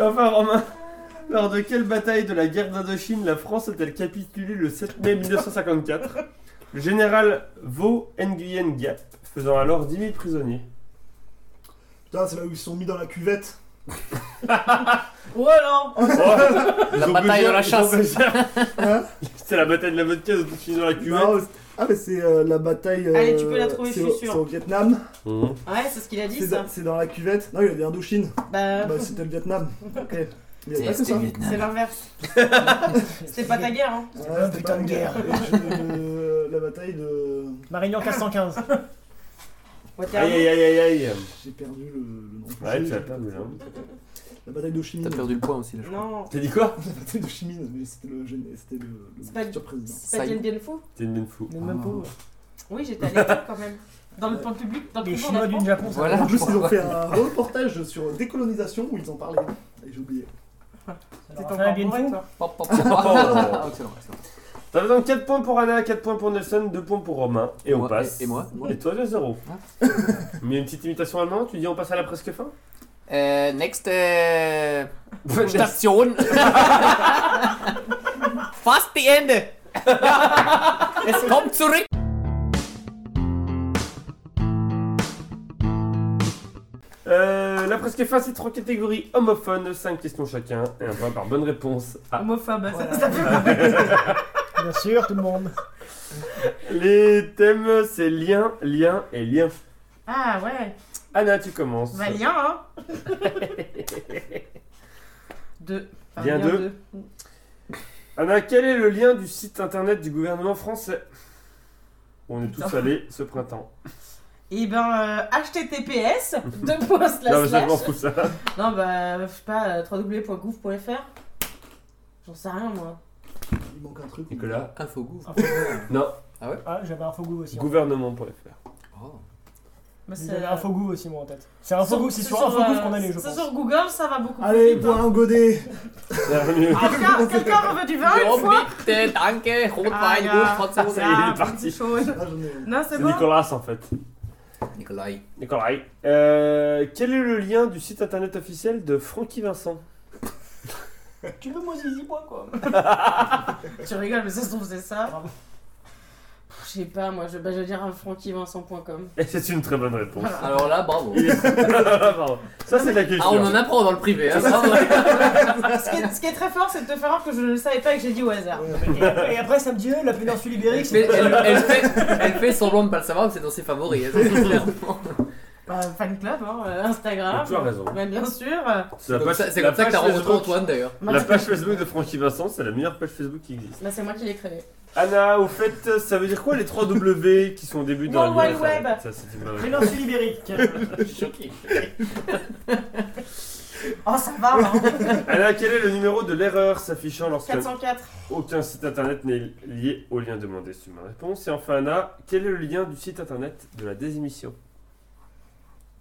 A: Enfin, Romain, lors de quelle bataille de la guerre d'Indochine la France a-t-elle capitulé le 7 mai 1954 Le général Vo Nguyen Gap, faisant alors 10 000 prisonniers.
F: Putain, c'est là où ils se sont mis dans la cuvette.
D: Oh là
A: Oh, les
B: La bataille de
A: Norvégiens,
B: la chasse.
A: les Norvégiens.
F: Hein
A: C'est la bataille de la vodka, ils ont tous fini dans la cuvette.
F: Non, c'est- ah, mais c'est euh, la bataille. euh,
D: Allez, tu peux la trouver,
F: c'est
D: je
F: au-
D: suis sûre.
F: C'est au Vietnam.
A: Mmh.
D: Ouais, c'est ce qu'il a dit
F: C'est
D: ça.
F: dans- C'est dans la cuvette. Non, il y a des Indochine.
D: Bah,
F: Bah, c'était le Vietnam. Ok. Il y a pas que ça.
B: C'était Vietnam.
D: c'est l'inverse. C'était pas ta guerre, hein.
F: Ouais, c'était
C: Putain
F: pas
C: de guerre.
F: Euh, je- La bataille de.
C: Marignan 415.
A: Aïe aïe aïe aïe aïe.
F: J'ai perdu le, le nom.
A: Ouais, tu
F: J'ai-
A: as perdu hein. là.
F: La bataille de Chimine.
B: T'as perdu le point aussi, là.
D: Non,
A: T'as dit quoi
F: La bataille de Chimine, mais c'était le, gén- c'était le, le
D: C'est pas-
F: futur président.
D: c'est pas
B: Ça y est.
D: Dien Bien Phu
A: T'es une bonne fou.
C: Mais même
B: Ah.
C: pas, ouais.
D: Oui, j'étais à l'école quand même. Dans le temps public, dans le
C: Les
D: couvent
C: Chinois du
D: d'enfants.
C: Japon, ça
B: Voilà.
F: En plus, ils ont fait un reportage sur décolonisation où ils en parlaient. Et j'ai oublié.
D: T'es
C: Alors, ça,
D: encore
C: Bien
D: bourré,
C: Phu.
D: toi.
B: Pop, pop, pop. Ah, excellent, excellent.
A: Oh. T'as donc 4 points pour Anna, 4 points pour Nelson, 2 points pour Romain. Et on
B: Moi,
A: passe.
B: et- et moi Hein
A: Et toi, 2-0. Mais une petite imitation allemande, tu dis on passe à la presque fin
B: Euh, next euh, Station. Fast die Ende. es kommt zurück.
A: Euh, la presque fin, c'est trois catégories homophones, 5 questions chacun, et un point par bonne réponse. Ah.
D: Homophobe, hein, ça-
F: Voilà.
D: ça fait mal.
C: Bien sûr, tout le monde.
A: Les thèmes, c'est lien, lien et lien.
D: Ah ouais,
A: Anna, tu commences.
D: valien, hein Deux. Enfin,
A: Bien deux. Anna, quel est le lien du site internet du gouvernement français On est tous
D: Putain.
A: allés ce printemps.
D: Et ben, euh, https, deux
A: non,
D: points
A: mais
D: slash
A: ça, je
D: slash.
A: m'en fous, ça.
D: Non, bah, je sais pas, euh, www.gouv.fr J'en sais rien, moi.
F: Il manque un truc.
A: Nicolas
B: Infogouv.
A: Non,
G: Ah, j'avais Infogouv aussi. hein.
A: gouvernement.fr.
B: Oh.
D: Moi, c'est-
C: euh,
G: J'avais Infogouv aussi, moi, en tête. C'est Infogouv, c'est sur
D: euh,
G: Infogouv qu'on allait, je
D: C'est
G: pense.
D: sur Google, ça va beaucoup
F: Allez,
D: plus vite. hein.
F: point godet
A: Bienvenue.
D: Ah, Quelqu'un quelqu'un en veut du vin une fois
F: euh,
B: bitte, danke,
D: Ah,
B: Rotwein,
D: ja.
B: Rouge, 30
A: Ça y
B: secondes.
A: est, il est
D: Ah,
A: parti.
D: petite chose.
F: Ah, j'en ai un.
D: Non, c'est
A: C'est
D: bon
A: Nicolas en fait.
B: Nicolas.
A: Nicolas. Euh, quel est le lien du site internet officiel de Francky Vincent
G: Tu peux moi zizi moi, quoi.
D: Tu rigoles, mais ça se trouve, c'est ça.
G: Bravo.
D: Pff, Je sais pas, moi, je, bah, je vais dire un frankyvincent.com.
A: Et c'est une très bonne réponse.
G: Ah.
B: Alors là, bravo.
A: Il est-
D: Ah,
A: Pardon. Ça, c'est de la
B: Ah, on
A: culture.
B: en apprend dans le privé, hein, bravo.
D: Ce qui, est, ce qui est très fort, c'est de te faire voir que je ne le savais pas et que j'ai dit au hasard.
G: Et, et après, ça me dit,
C: euh,
G: eh, la péninsule
B: Elle
G: ibérique,
B: fait,
G: c'est.
B: elle, elle fait, elle fait semblant de pas le savoir, mais c'est dans ses favoris. hein, ça, c'est clair.
D: Bah, fan club, hein, euh,
A: Donc,
D: Instagram.
A: tu as raison.
D: Bah, bien sûr. euh,
A: C'est la
B: Donc
A: page-
B: ça- C'est
A: la
B: comme ça que
A: page
B: t'as rencontré
A: Facebook-
B: Antoine d'ailleurs.
A: La page Facebook de Francky Vincent, c'est la meilleure page Facebook qui existe.
D: Bah, c'est moi qui l'ai créé.
A: Anna, au fait, ça veut dire quoi les 3 W qui sont au début dans
D: World
A: le lien
D: Wide
A: internet
D: Web.
A: Ça, c'est une bonne réponse.
G: Péninsule ibérique.
B: Choqué.
D: Oh, ça va, hein.
A: Anna, quel est le numéro de l'erreur s'affichant lorsque
D: 404.
A: aucun site internet n'est lié au lien demandé C'est ma réponse. Et enfin, Anna, quel est le lien du site internet de la désémission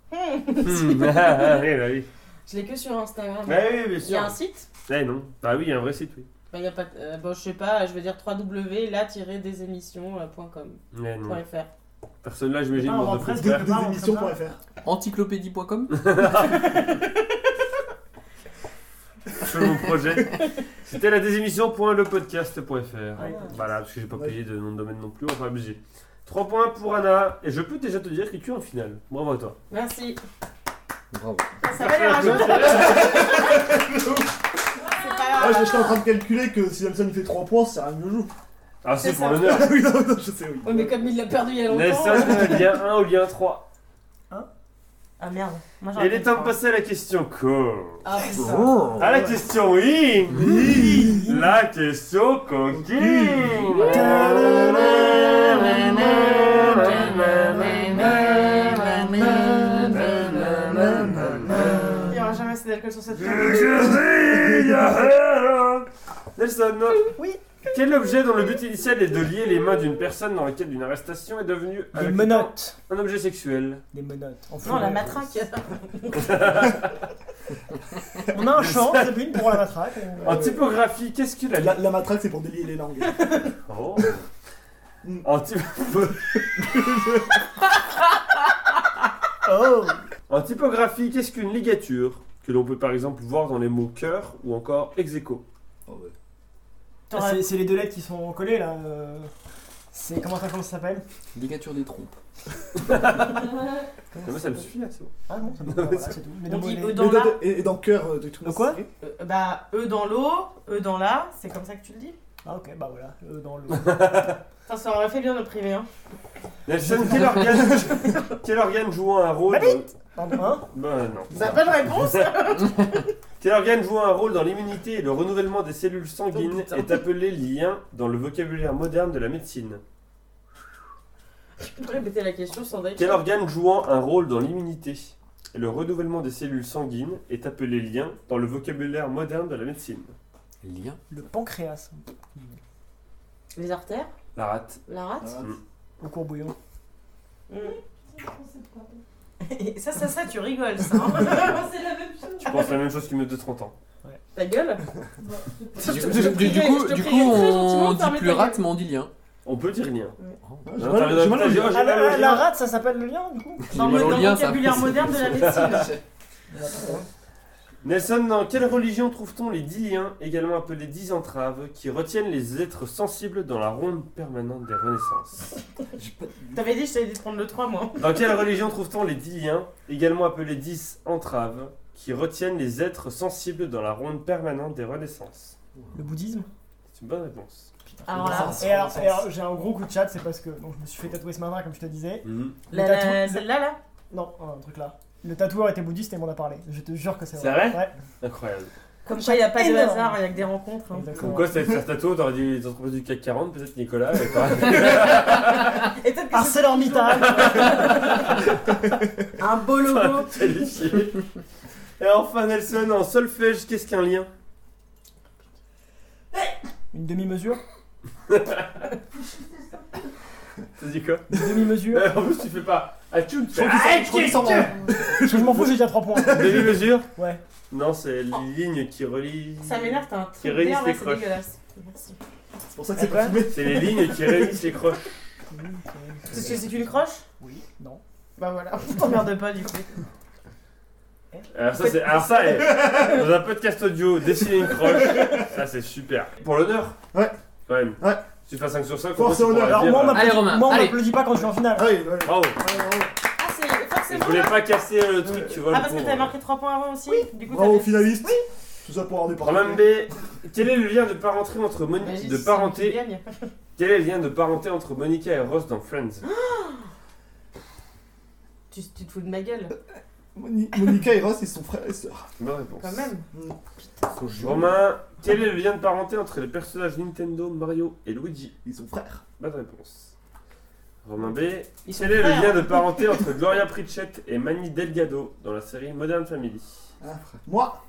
D: Hmm.
A: Hmm, ah, ah, oui, bah oui.
D: Je l'ai que sur Instagram.
A: Bah oui, bien
D: Il y a un
A: sûr.
D: site
A: Eh non. Bah oui, il y a un vrai site, oui.
D: bah, il y a pas, de- euh, bon, je sais pas, je veux dire euh, www.la-desémissions.com.fr.
A: Eh non. Personne là, j'imagine,
G: Ah, on
A: m'en
G: va
A: de
G: presque-
A: frères.
G: Non, comme
F: Désémission.fr.
B: Encyclopédie.com
A: sur mon projet. C'était la désémission.lepodcast.fr.
G: Ouais.
A: Voilà, parce que j'ai pas
F: Ouais.
A: payé de nom de domaine non plus, on va pas abuser. 3 points pour Anna, et je peux déjà te dire que tu es en finale. Bravo à toi.
D: Merci.
B: Bravo.
D: Ça va les rajouter. C'est pas
F: Ah,
D: grave.
F: j'étais en train de calculer que si Nelson fait 3 points, c'est rien que je joue.
A: Ah, c'est
D: C'est
A: pour
D: ça.
A: l'honneur.
F: oui, non, non, je sais, oui.
D: Ouais, mais comme il l'a perdu il y a
A: Nelson,
D: longtemps.
A: lien 1 au lien 3.
D: Ah merde. Moi,
A: Et
D: j'aurais
A: il est
D: pu
A: temps
D: le
A: de passer à la question co.
D: Ah, putain.
A: À la question oui La question coquine
D: Il n'y aura jamais assez d'alcool sur cette table.
A: Nelson,
G: Oui.
A: Quel objet dont le but initial est de lier les mains d'une personne dans le cadre d'une arrestation est devenu
G: Des
A: avec le
G: menottes.
A: temps, un objet sexuel
G: Des menottes. En
D: Non,
G: forme.
D: la matraque.
G: On a un champ, c'est une pour la matraque. on-
A: En typographie, qu'est-ce que la
F: La, la matraque, c'est pour délier les langues.
A: Oh.
F: Mm.
A: en, typo-
G: Oh
A: en typographie, qu'est-ce qu'une ligature Que l'on peut par exemple voir dans les mots cœur ou encore ex aequo.
G: Ah, c'est- C'est les deux lettres qui sont collées là. euh, C'est comment ça, comment ça s'appelle
B: Ligature des trompes.
A: Non, mais ça me suffit là, c'est bon.
G: Ah non, ça me voilà, c'est tout. Mais
D: On
G: donc,
D: dit
G: les-
D: eux
F: Mais
D: dans
F: dans-
D: la.
F: dans- et, et dans cœur, euh, des trucs
G: De quoi
F: comme ça.
D: Euh, Bah, eux dans l'eau, eux dans la. C'est comme ça que tu le dis.
G: Ah ok, bah voilà, euh, dans le.
D: Ça, ça aurait fait bien de privé, hein.
A: Nelson, quel organe, quel organe jouant un rôle dans-
G: Pardon, hein
A: Ben non.
D: Bah, bonne réponse.
A: Quel organe jouant un rôle dans l'immunité et le renouvellement des cellules
G: Oh,
A: sanguines est appelé lien dans le vocabulaire moderne de la médecine
D: Je peux répéter la question sans être.
A: Quel organe jouant un rôle dans l'immunité et le renouvellement des cellules sanguines est appelé lien dans le vocabulaire moderne de la médecine
B: Lien.
G: Le pancréas.
D: Les artères
A: La rate. Hmm.
D: La rate
F: Ah,
G: Au courbouillon.
D: Et ça, ça, ça, tu rigoles, ça. hein.
E: C'est la même chose.
A: Je pense la même chose qu'il me de 30 ans.
D: Ta gueule
B: Du,
D: Je te
B: du- du- du
D: priais-
B: coup,
D: je te
B: du
D: priais
B: coup,
D: très gentiment
B: on
D: de fermer
B: dit plus
D: ta gueule.
B: rate, mais on dit lien.
A: On peut dire lien.
F: J'ai
A: Non,
F: mal-
A: t'as-
F: j'ai mal
A: Ah, t'as- oh,
F: au-
A: j'ai-
G: Ah, la, la-
A: j'ai-
G: la rate, ça s'appelle le lien du coup
D: Dans le
B: Dans le
D: dans le
B: lien, ça,
D: vocabulaire
B: c'est-
D: moderne de la médecine.
A: Nelson, dans quelle religion trouve-t-on les dix liens, également appelés dix entraves, qui retiennent les êtres sensibles dans la ronde permanente des renaissances
D: T'avais dit, je t'avais dit de prendre le 3, moi.
A: Dans quelle religion trouve-t-on les dix liens, également appelés dix entraves, qui retiennent les êtres sensibles dans la ronde permanente des renaissances
G: Le bouddhisme
A: C'est une bonne réponse.
D: Alors là,
G: Et alors, et alors, j'ai un gros coup de chat, c'est parce que donc, je me suis fait tatouer ce matin, comme je te disais.
A: Mhm.
D: là, là, celle-là, là.
G: Non, un truc là. Le tatoueur était bouddhiste et m'en a parlé. Je te jure que c'est
A: C'est
G: vrai.
A: vrai
G: Ouais.
A: Incroyable.
D: Comme quoi, il n'y a pas de
G: Énorme.
D: hasard, il n'y a que des rencontres. hein.
G: Exactement.
A: Comme quoi, ça faire tatouer, t'aurais dit les entreprises du CAC 40, peut-être Nicolas. Et pas...
D: Et peut-être que c'est
G: ArcelorMittal
D: un beau
A: pas
D: logo.
A: qualifié. Et enfin, Nelson, en solfège, qu'est-ce qu'un lien
G: Une demi-mesure
A: Ça dit quoi Euh,
G: Une demi-mesure
A: En plus, tu fais pas. Ah, tu me
G: Je trouve qu'ils s'en- je trouve qu'ils s'en rendent. Je m'en fous, j'ai déjà 3 points.
A: Demi-mesure
G: Ouais.
A: Non, c'est les lignes qui relient.
D: Ça m'énerve, t'as un truc
A: Qui réunissent
D: d'air,
A: les
D: là, c'est
A: croches.
D: dégueulasse. Merci.
F: C'est pour ça que
G: C'est
F: c'est
G: quoi
F: pas fumé.
A: C'est les lignes qui réunissent les croches.
D: Parce que c'est une croche
G: Oui, non.
D: Bah voilà, on t'emmerde pas du coup.
A: Alors, ça, c'est. Alors, ça, eh, dans un podcast audio, dessiner une croche, ça, c'est super. Pour l'honneur
F: Ouais.
A: Quand même.
F: Ouais.
A: Si tu euh, fais 5 sur 5,
F: Force et honneur.
G: Alors moi, on
A: Bravo.
B: Allez, Romain,
G: m'applaudit- moi, on
B: allez.
G: m'applaudit pas quand je suis en finale.
F: Ah oui, ouais, ouais.
D: Ah, c'est
A: Je
D: forcément.
A: voulais pas casser le truc, tu vois. le euh.
D: Ah, parce que
A: pauvre.
D: t'as marqué 3 points avant aussi Du coup,
F: Bravo aux
D: t'avais-
F: finalistes. Tout ça pour avoir des
A: Romain
F: parents.
A: B, quel est le lien de parenté entre
D: Bah,
A: Moni-
D: j'ai-
A: de
D: c'est
A: parenté
D: qui gagne.
A: Quel est le lien de parenté entre Monica et Ross dans Friends
D: Tu, tu te fous de ma gueule,
F: Moni- Monica et Ross, ils sont frères et sœurs.
A: Bonne réponse.
D: quand même.
A: Romain, quel est le lien de parenté entre les personnages Nintendo, Mario et Luigi
F: Ils sont frères.
A: Bonne réponse. Romain B,
D: Ils sont
A: quel est le
D: frères. hein.
A: lien de parenté entre Gloria Pritchett et Manny Delgado dans la série Modern Family
F: Moi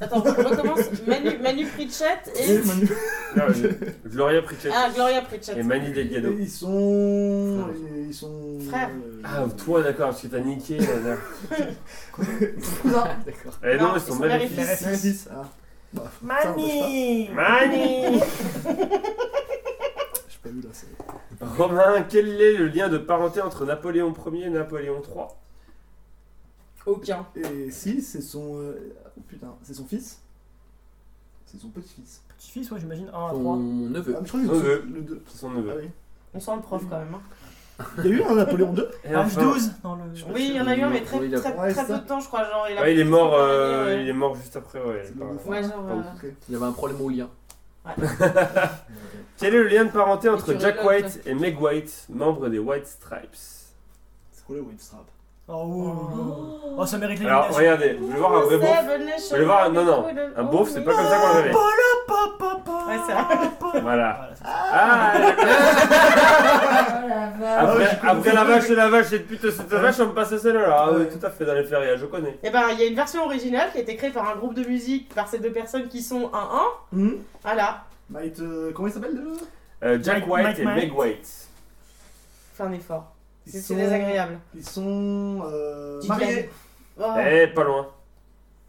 D: Attends, on recommence. Manu, Manu Pritchett
F: et
D: et.
F: Manu.
A: Non, euh, Gloria Pritchett
D: Ah, Gloria Pritchett.
A: et Manny Delgado.
F: Ils sont.
A: Frères.
F: Ils sont.
D: Frères.
F: euh,
A: Ah, toi d'accord, parce que t'as niqué. euh,
F: Cousins. D'accord.
A: Eh non,
D: Non,
A: ils
D: ils
A: sont
D: sont
A: magnifiques.
D: vérifiés.
F: Frères et fils. Ah. Bah, ça, on bouge pas.
G: Mani
A: Manny
F: J'ai pas vu là, c'est.
A: Romain, quel est le lien de parenté entre Napoléon Ier et Napoléon III
D: Aucun.
F: Et si, c'est son. euh, oh, putain, c'est son fils C'est son petit-fils.
G: Petit-fils, ouais, j'imagine. 1 à 3.
B: Ton
F: Ah,
B: neveu.
F: mais je crois que
A: Oh,
F: c'est
A: ouais.
F: son- le deux.
A: C'est son
F: Ah
A: neveu.
F: oui.
D: On sent le prof quand même. hein.
F: Il y a eu un Napoléon
D: Ah
F: II
A: Et
G: Âge
A: enfin-
G: 12 dans le...
D: Oui, il y en a eu un, mais très,
B: Oui, il a-
D: très,
F: Ouais,
D: très
F: ça.
D: peu de temps, je crois. Genre, il, a
A: Ouais, il est mort,
D: Ouais,
A: euh,
D: ouais.
A: il est mort juste après, ouais.
F: C'est
A: par-
F: le dauphin.
D: Ouais, genre. euh,
F: Ah,
B: Il y avait un problème au lien.
A: Quel est le lien de parenté entre
D: tu
A: Jack
D: rigoles,
A: White et Meg White, membre des White Stripes
F: C'est quoi le whip strap
G: Oh, oh, oh. Oh, ça mérite
A: Alors
G: l'élimination.
A: regardez, vous voulez voir un vrai
D: Seven
A: beauf Vous
D: Nation
A: voulez voir un- Non, non,
D: Golden-
A: un
D: Oh,
A: beauf, c'est
D: oui.
A: pas comme ça qu'on l'avait.
G: Pa, pa, pa,
D: Ouais, c'est vrai.
G: pa.
A: Voilà.
G: Voilà, c'est ça.
A: Ah, d'accord. après,
F: Ah, j'ai
A: après la
F: compris.
A: vache et la vache et le pute cette vache, on me passe à celle-là. Ah oui,
F: Ouais.
A: tout à fait, dans les férias, je connais.
D: Eh ben, il y a une version originale qui a été créée par un groupe de musique, par ces deux personnes qui sont Ah 1-1.
F: Hum
D: Voilà,
F: Might, euh, Comment il s'appelle déjà
A: Euh, Jack
G: Mike-
A: White
G: Mike
A: et
G: White.
A: Meg White.
D: fais un effort.
F: Ils
D: C'est
F: sont-
D: c'est désagréable.
F: Ils sont. euh,
D: Dites-le.
F: mariés
D: Oh.
A: Eh, pas loin.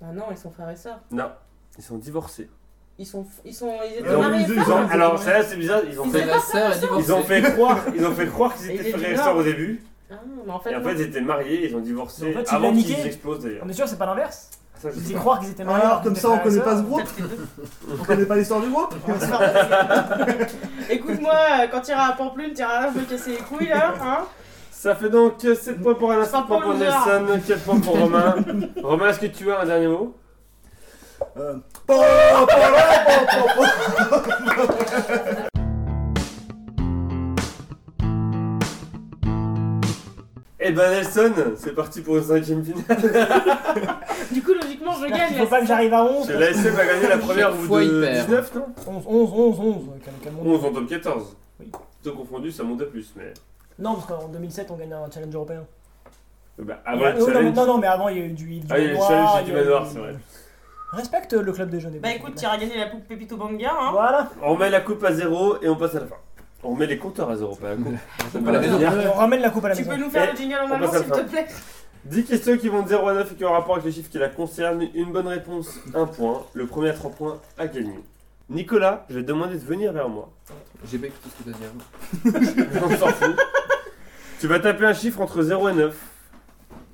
D: Bah non, ils sont frères et sœurs.
A: Non, ils sont divorcés.
D: Ils sont, ils sont, ils
A: Ils
D: étaient
A: ont-
D: mariés.
F: ils
A: Eh Ils ont-
D: femmes.
A: alors, ça là, c'est bizarre, ils ont
D: Ils
A: fait.
D: étaient
B: la sœur est divorcée.
A: Ils ont fait croire, ils ont fait croire qu'ils
D: Et il
A: étaient
D: est
A: frères et
D: du
A: sœurs
D: Nord.
A: au début.
D: Ah, mais en fait,
A: Et en
D: non.
A: fait, ils étaient mariés, ils ont divorcé
G: Mais en fait, il
A: avant
G: l'a niqué.
A: qu'ils explosent d'ailleurs.
G: On est sûr, c'est pas l'inverse
A: Ah, ça, je
G: Ils
A: sais
G: faisaient
A: pas.
G: croire qu'ils étaient mariés.
F: Alors,
G: qu'ils
F: comme
G: étaient
F: ça, on
G: frères et
F: connaît
G: sœurs.
F: pas ce groupe On connaît pas l'histoire du groupe
D: On va se faire baiser. Écoute-moi, euh, quand t'iras à Pamplune, t'iras là, je me casser les couilles là. Hein
A: Ça fait donc 7 points pour Alain, 7
D: Cinq
A: points
D: points
A: pour
D: le Nord.
A: Nelson, 4 points pour Romain. Romain, est-ce que tu as un dernier mot
F: Euh, pa, pa, pa, pa, pa.
A: Eh ben Nelson, c'est parti pour une cinquième finale.
D: du coup, logiquement, je
G: C'est-à-dire
D: gagne.
G: qu'il faut pas que j'arrive à 11.
A: Parce que l'ASM a gagné la première
B: Chaque
A: ou
B: fois, il
A: de
B: perd.
A: 19, non
G: 11, 11, 11, 11. Quel, quel monde.
A: 11 en top 14.
G: Oui.
A: Tout confondu, ça monte à plus, mais...
G: Non, parce qu'en 2007, on gagnait un challenge européen.
A: Bah, avant le
G: non, non,
A: challenge...
G: non, non, mais avant, il y a eu du Île du
A: Ah, il y a eu le
G: Manoir,
A: challenge du
G: il y a eu-
A: manoir, c'est vrai.
G: Respecte le club des jeunes. et
D: Bah
G: bons,
D: écoute,
G: s'il te
D: t'iras gagner la coupe Pépito Banga.
G: plaît.
D: Hein.
G: Voilà.
A: On met la coupe à zéro et on passe à la fin. On met les compteurs à zéro, pas la coupe. Ça me
B: à la
A: fait
B: maison.
A: dire.
G: On ramène la coupe à la
D: Tu peux
G: maison.
D: nous faire
A: Et
D: le jingle en
A: on
D: allemand,
A: passe à
D: s'il
A: la
D: te
A: fin.
D: plaît
A: 10 questions qui vont de 0 à 9 et qui ont rapport avec les chiffres qui la concernent. Une bonne réponse, 1 point. Le premier à 3 points a gagné. Nicolas, je vais te demander de venir vers moi.
B: J'ai pas écouté ce que t'as dit avant.
A: On s'en fout. Tu vas taper un chiffre entre 0 et 9.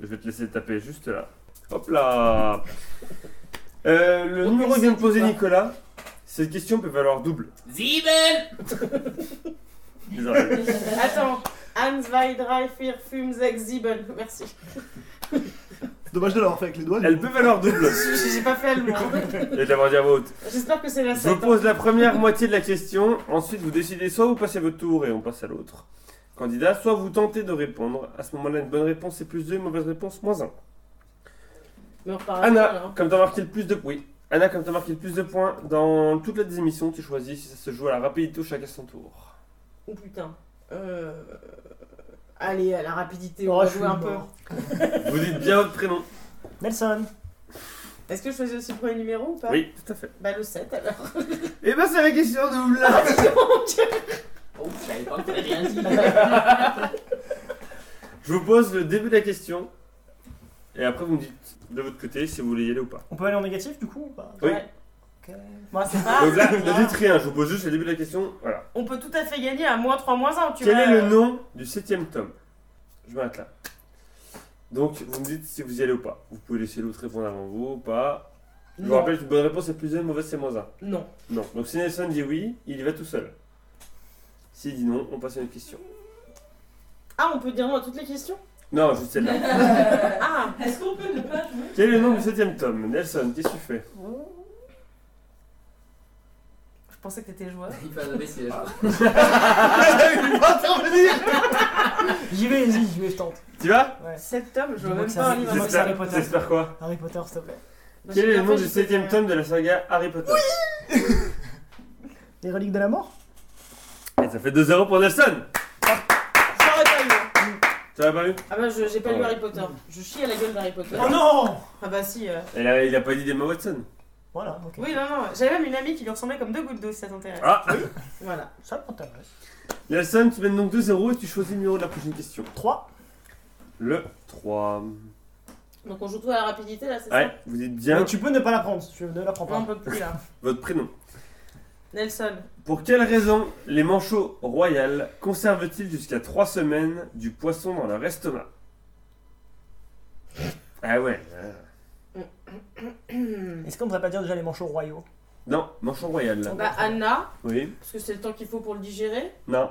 A: Je vais te laisser taper juste là. Hop là Euh, Le
D: Aucune
A: numéro que vient de poser
D: satisfaction.
A: Nicolas, cette question peut valoir double.
B: Zibel
A: Désolé.
D: Attends. Hans, zwei, drei, vier, fünf, sechs, sieben. Merci.
F: Dommage de l'avoir fait avec les doigts. du
A: Elle
F: coup.
A: peut valoir double.
D: J'ai j'ai pas fait le mot.
A: Et de l'avoir dit à voix haute.
D: J'espère que c'est la hein.
A: Je vous
D: seule.
A: pose la première moitié de la question, ensuite vous décidez soit vous passez votre tour et on passe à l'autre. candidats, soit vous tentez de répondre. À ce moment-là, une bonne réponse c'est plus 2, une mauvaise réponse moins 1.
D: Mais on repart à hein. la
A: Anna,
D: fin,
A: comme t'as marqué le plus de oui. Anna, comme t'as marqué le plus de points dans toutes les émissions, tu choisis si ça se joue à la rapidité ou chacun son tour.
D: hein. Oh putain. Euh... Allez, à la rapidité, on
G: Oh,
D: va
G: je suis
D: jouer un peu.
G: mort.
A: Vous dites bien votre prénom.
G: Nelson.
D: Est-ce que je choisis aussi le premier numéro ou pas
A: Oui, tout à fait.
D: Bah le 7 alors.
A: Et ben c'est la question de Oula.
D: Oh, j'avais pas rien dit.
A: Je vous pose le début de la question et après vous me dites de votre côté si vous voulez y aller ou pas.
G: On peut aller en négatif du coup ou pas
A: Oui.
D: Ouais.
G: Ok.
D: Bon, c'est pas
A: Donc là,
D: grave,
A: ne dites rien, je vous pose juste le début de la question. Voilà.
D: On peut tout à fait gagner à moins 3, moins 1. Tu
A: Quel
D: vois,
A: est le
D: euh,
A: nom du septième tome Je m'arrête là. Donc vous me dites si vous y allez ou pas. Vous pouvez laisser l'autre répondre avant vous ou pas. Je vous
D: Non.
A: rappelle qu'une bonne réponse c'est plus 1, une mauvaise c'est moins 1.
D: Non.
A: Non. Donc si Nelson dit oui, il y va tout seul. S'il dit non, on passe à une question.
D: Ah, on peut dire non à toutes les questions
A: Non, juste celle-là.
D: Ah
E: Est-ce qu'on peut ne pas jouer
A: Quel est le nom du septième tome Nelson, qu'est-ce que tu fais
D: Je pensais que t'étais joueur.
B: Il va laver ses
A: Ah.
B: lèvres.
G: J'y vais, vas-y, j'y vais, je tente.
A: Tu vas
G: Ouais.
D: 7 tomes, je vois
G: Dis-moi
D: même
G: que
D: pas
G: ça-
D: un livre. à moi.
G: dis-moi que c'est Harry Potter.
A: J'espère quoi
G: Harry Potter, s'il te plaît.
D: Bah,
A: Quel est le
D: chacun
A: nom
D: fait,
A: du
D: je sais
A: septième
D: pas.
A: tome de la saga Harry Potter
G: Les reliques de la mort
A: Et Eh, ça fait 2-0 pour Nelson
D: J'aurais pas eu.
A: Ça l'as pas vu
D: Ah bah, je- j'ai pas
A: Ah
D: lu
A: ouais.
D: Harry Potter. Je chie à la gueule d'Harry Potter.
G: Oh non
D: Ah bah si. euh.
A: il a, il a pas dit d'Emma Watson
G: Voilà, ok.
D: Oui, non, non. J'avais même une amie qui lui ressemblait comme deux gouttes d'eau, si ça t'intéresse.
A: Ah
D: Voilà.
G: Ça m'intéresse.
A: Nelson, tu mènes donc 2-0 et tu choisis le numéro de la prochaine question.
G: 3.
A: Le 3.
D: Donc on joue tout à la rapidité là, c'est
A: Ouais, vous dites bien
G: Mais tu peux ne pas la prendre si tu veux, ne la prends
D: ça Non, on
G: pas.
D: peut plus là.
A: votre prénom.
D: Nelson.
A: Pour quelle raison les manchots royales conservent-ils jusqu'à 3 semaines du poisson dans leur estomac Ah ouais. euh,
G: Est-ce qu'on ne devrait pas dire déjà les manchots royaux
A: Non, manchot royal.
D: Bah Anna,
A: Oui.
D: parce que c'est le temps qu'il faut pour le digérer.
A: Non.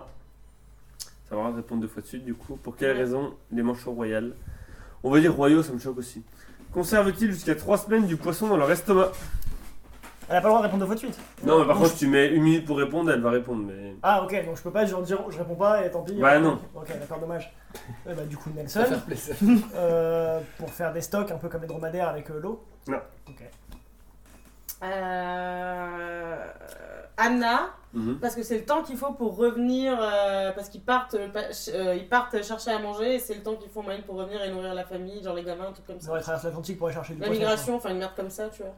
A: Ça va répondre deux fois de suite, du coup. Pour quelle
D: Ouais.
A: raison les manchots royales On va dire royaux, ça me choque aussi. Conservent-ils jusqu'à 3 semaines du poisson dans leur estomac
G: Elle a pas le droit de répondre deux fois de suite.
A: Non, mais par
G: Donc,
A: contre, tu mets une minute pour répondre, elle va répondre, mais.
G: Ah ok, donc je peux pas genre dire je réponds pas et tant pis.
A: Bah
G: euh,
A: non.
G: Ok, d'accord, dommage. Euh, bah, du coup
B: Ça
G: Nelson,
B: faire plaisir.
G: euh, pour faire des stocks un peu comme les dromadaires avec euh, l'eau.
D: Euh... Anna,
A: Mhm.
D: parce que c'est le temps qu'il faut pour revenir, euh, parce qu'ils partent, euh, pa- ch- euh, ils partent chercher à manger et c'est le temps qu'il faut en moyenne pour revenir et nourrir la famille, genre les gamins, un truc comme
G: Ils
D: ça.
G: auraient traversé l'Atlantique pour aller chercher du
D: La
G: poisson.
D: migration, enfin une merde comme ça, tu vois.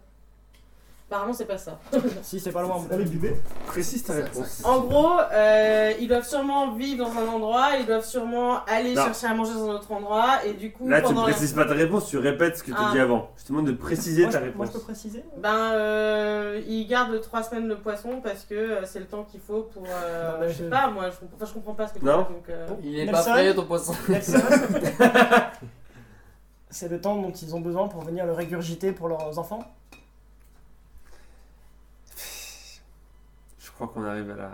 D: Apparemment, c'est pas ça.
G: Si c'est pas loin.
F: Avec du bébé.
A: Précise ta réponse.
D: En gros, euh, ils doivent sûrement vivre dans un endroit, ils doivent sûrement aller
A: Non.
D: chercher à manger dans un autre endroit, et du coup,
A: Là, tu
D: pendant la-
A: précises pas ta réponse, tu répètes ce que tu as
D: Ah.
A: dit avant. Je te demande de préciser
G: Moi,
A: ta
G: je, peux- moi,
A: réponse.
G: je peux préciser
D: Ben, euh, ils gardent trois semaines le poisson parce que euh, c'est le temps qu'il faut pour. euh,
G: Non, mais
D: je sais
G: je-
D: pas, moi, je, comp- enfin, je comprends pas ce que tu
A: Non.
D: dis, donc, euh,
B: Il est pas
G: Nelson
B: prêt ton poisson.
G: Nelson, c'est le temps dont ils ont besoin pour venir le régurgiter pour leurs enfants.
A: Je crois qu'on arrive à la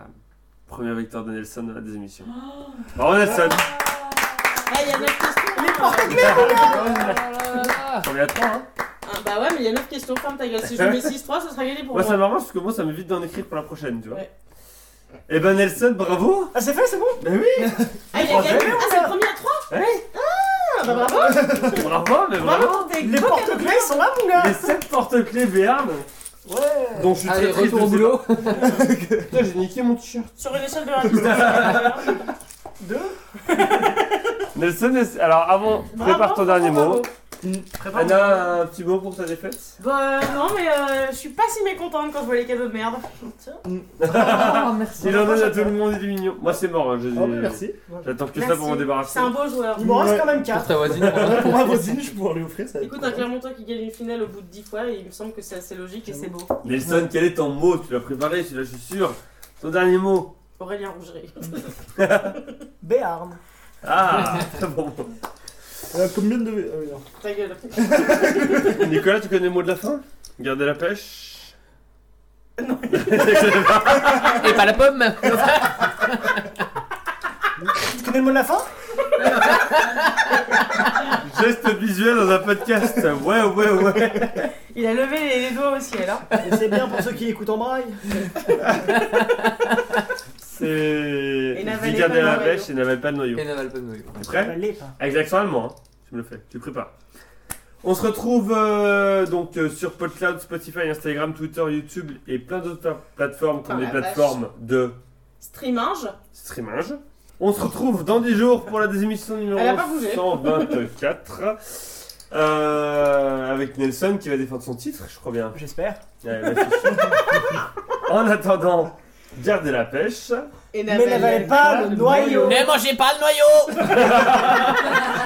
A: première victoire de Nelson dans la des émissions.
D: Oh.
A: Bravo, Nelson
D: Ah, il y a neuf questions hein.
A: On est à 3, hein
D: Ah, Bah ouais, mais il y a 9 questions, ferme ta gueule. Si je mets 6-3, ça sera gagné pour
A: Moi,
D: moi.
A: ça m'arrange parce que moi, ça m'évite d'en écrire pour la prochaine, tu vois.
D: Ouais.
A: Eh ben, Nelson, bravo
G: Ah c'est fait, c'est bon
A: Bah oui
D: Ah, il a gagné Ah, c'est le premier à 3
A: Ouais.
D: Ah, bah bravo
A: Bravo, mais vraiment
D: Bravo pour tes
G: Les
D: beaux
G: porte-clés sont là mon gars
A: Les 7 porte-clés Béarn
G: Ouais
A: dont je suis
B: Allez,
A: très triste
B: retour au
A: de-
B: boulot.
A: Putain, j'ai niqué mon t-shirt.
D: Sur une échelle de rapidité.
G: Deux
A: Nelson, est- alors avant, prépare ton dernier mot.
G: Prépare
A: Anna, un petit mot pour ta défaite
D: Bah non, mais euh, je suis pas si mécontente quand je vois les cadeaux de merde. Tiens.
A: Il en donne à tout le monde, il est mignon. Moi, c'est mort, hein, je-
F: Oh, mais merci.
A: J'attends que ça
D: bah, Merci.
A: pour m'en débarrasser.
D: C'est un beau joueur.
G: Il m'en
A: Mm.
G: reste
F: Ouais.
G: quand même
B: Pour
G: 4.
B: ta voisine.
F: Pour ma voisine, je vais pouvoir lui offrir ça. va être
D: Écoute,
F: cool.
D: un Clermontois qui gagne une finale au bout de 10 fois, et il me semble que c'est assez logique et c'est beau.
A: Nelson, quel est ton mot Tu l'as préparé, celui-là, je suis sûr. Ton dernier mot
D: Aurélien Rougerie.
G: Béarn.
A: Ah c'est bon.
F: Euh, Combien de. ah oui, non.
D: Ta gueule.
A: Nicolas, tu connais le mot de la fin Garder la pêche
B: Et pas la pomme.
G: Tu connais le mot de la fin
A: Geste visuel dans un podcast. Ouais, ouais, ouais.
D: Il a levé les, les doigts au ciel. Hein.
G: Et C'est bien pour ceux qui écoutent en braille.
A: C'est.
D: Et Navel
A: dit
G: les
A: garder
G: pas
A: la
G: noyaux.
A: pêche et n'avale pas de noyau.
B: Et n'avale pas de noyau.
A: T'es prêt
G: Elle l'est pas.
A: Avec l'accent allemand, hein. tu me le fais, tu le prépares. On se retrouve euh, donc euh, sur PodCloud, Spotify, Instagram, Twitter, YouTube et plein d'autres pla- plateformes
D: Oh
A: comme les
D: la vache.
A: plateformes de
D: Streaminge.
A: streamage. On se retrouve dans 10 jours pour la désémission numéro
D: Elle a pas bougé.
A: 124 euh, avec Nelson qui va défendre son titre, je crois bien.
G: J'espère.
A: Ouais, bah, c'est chaud. en attendant, gardez la pêche.
D: Et
G: Mais n'avalez pas le noyau.
H: Ne mangez pas le noyau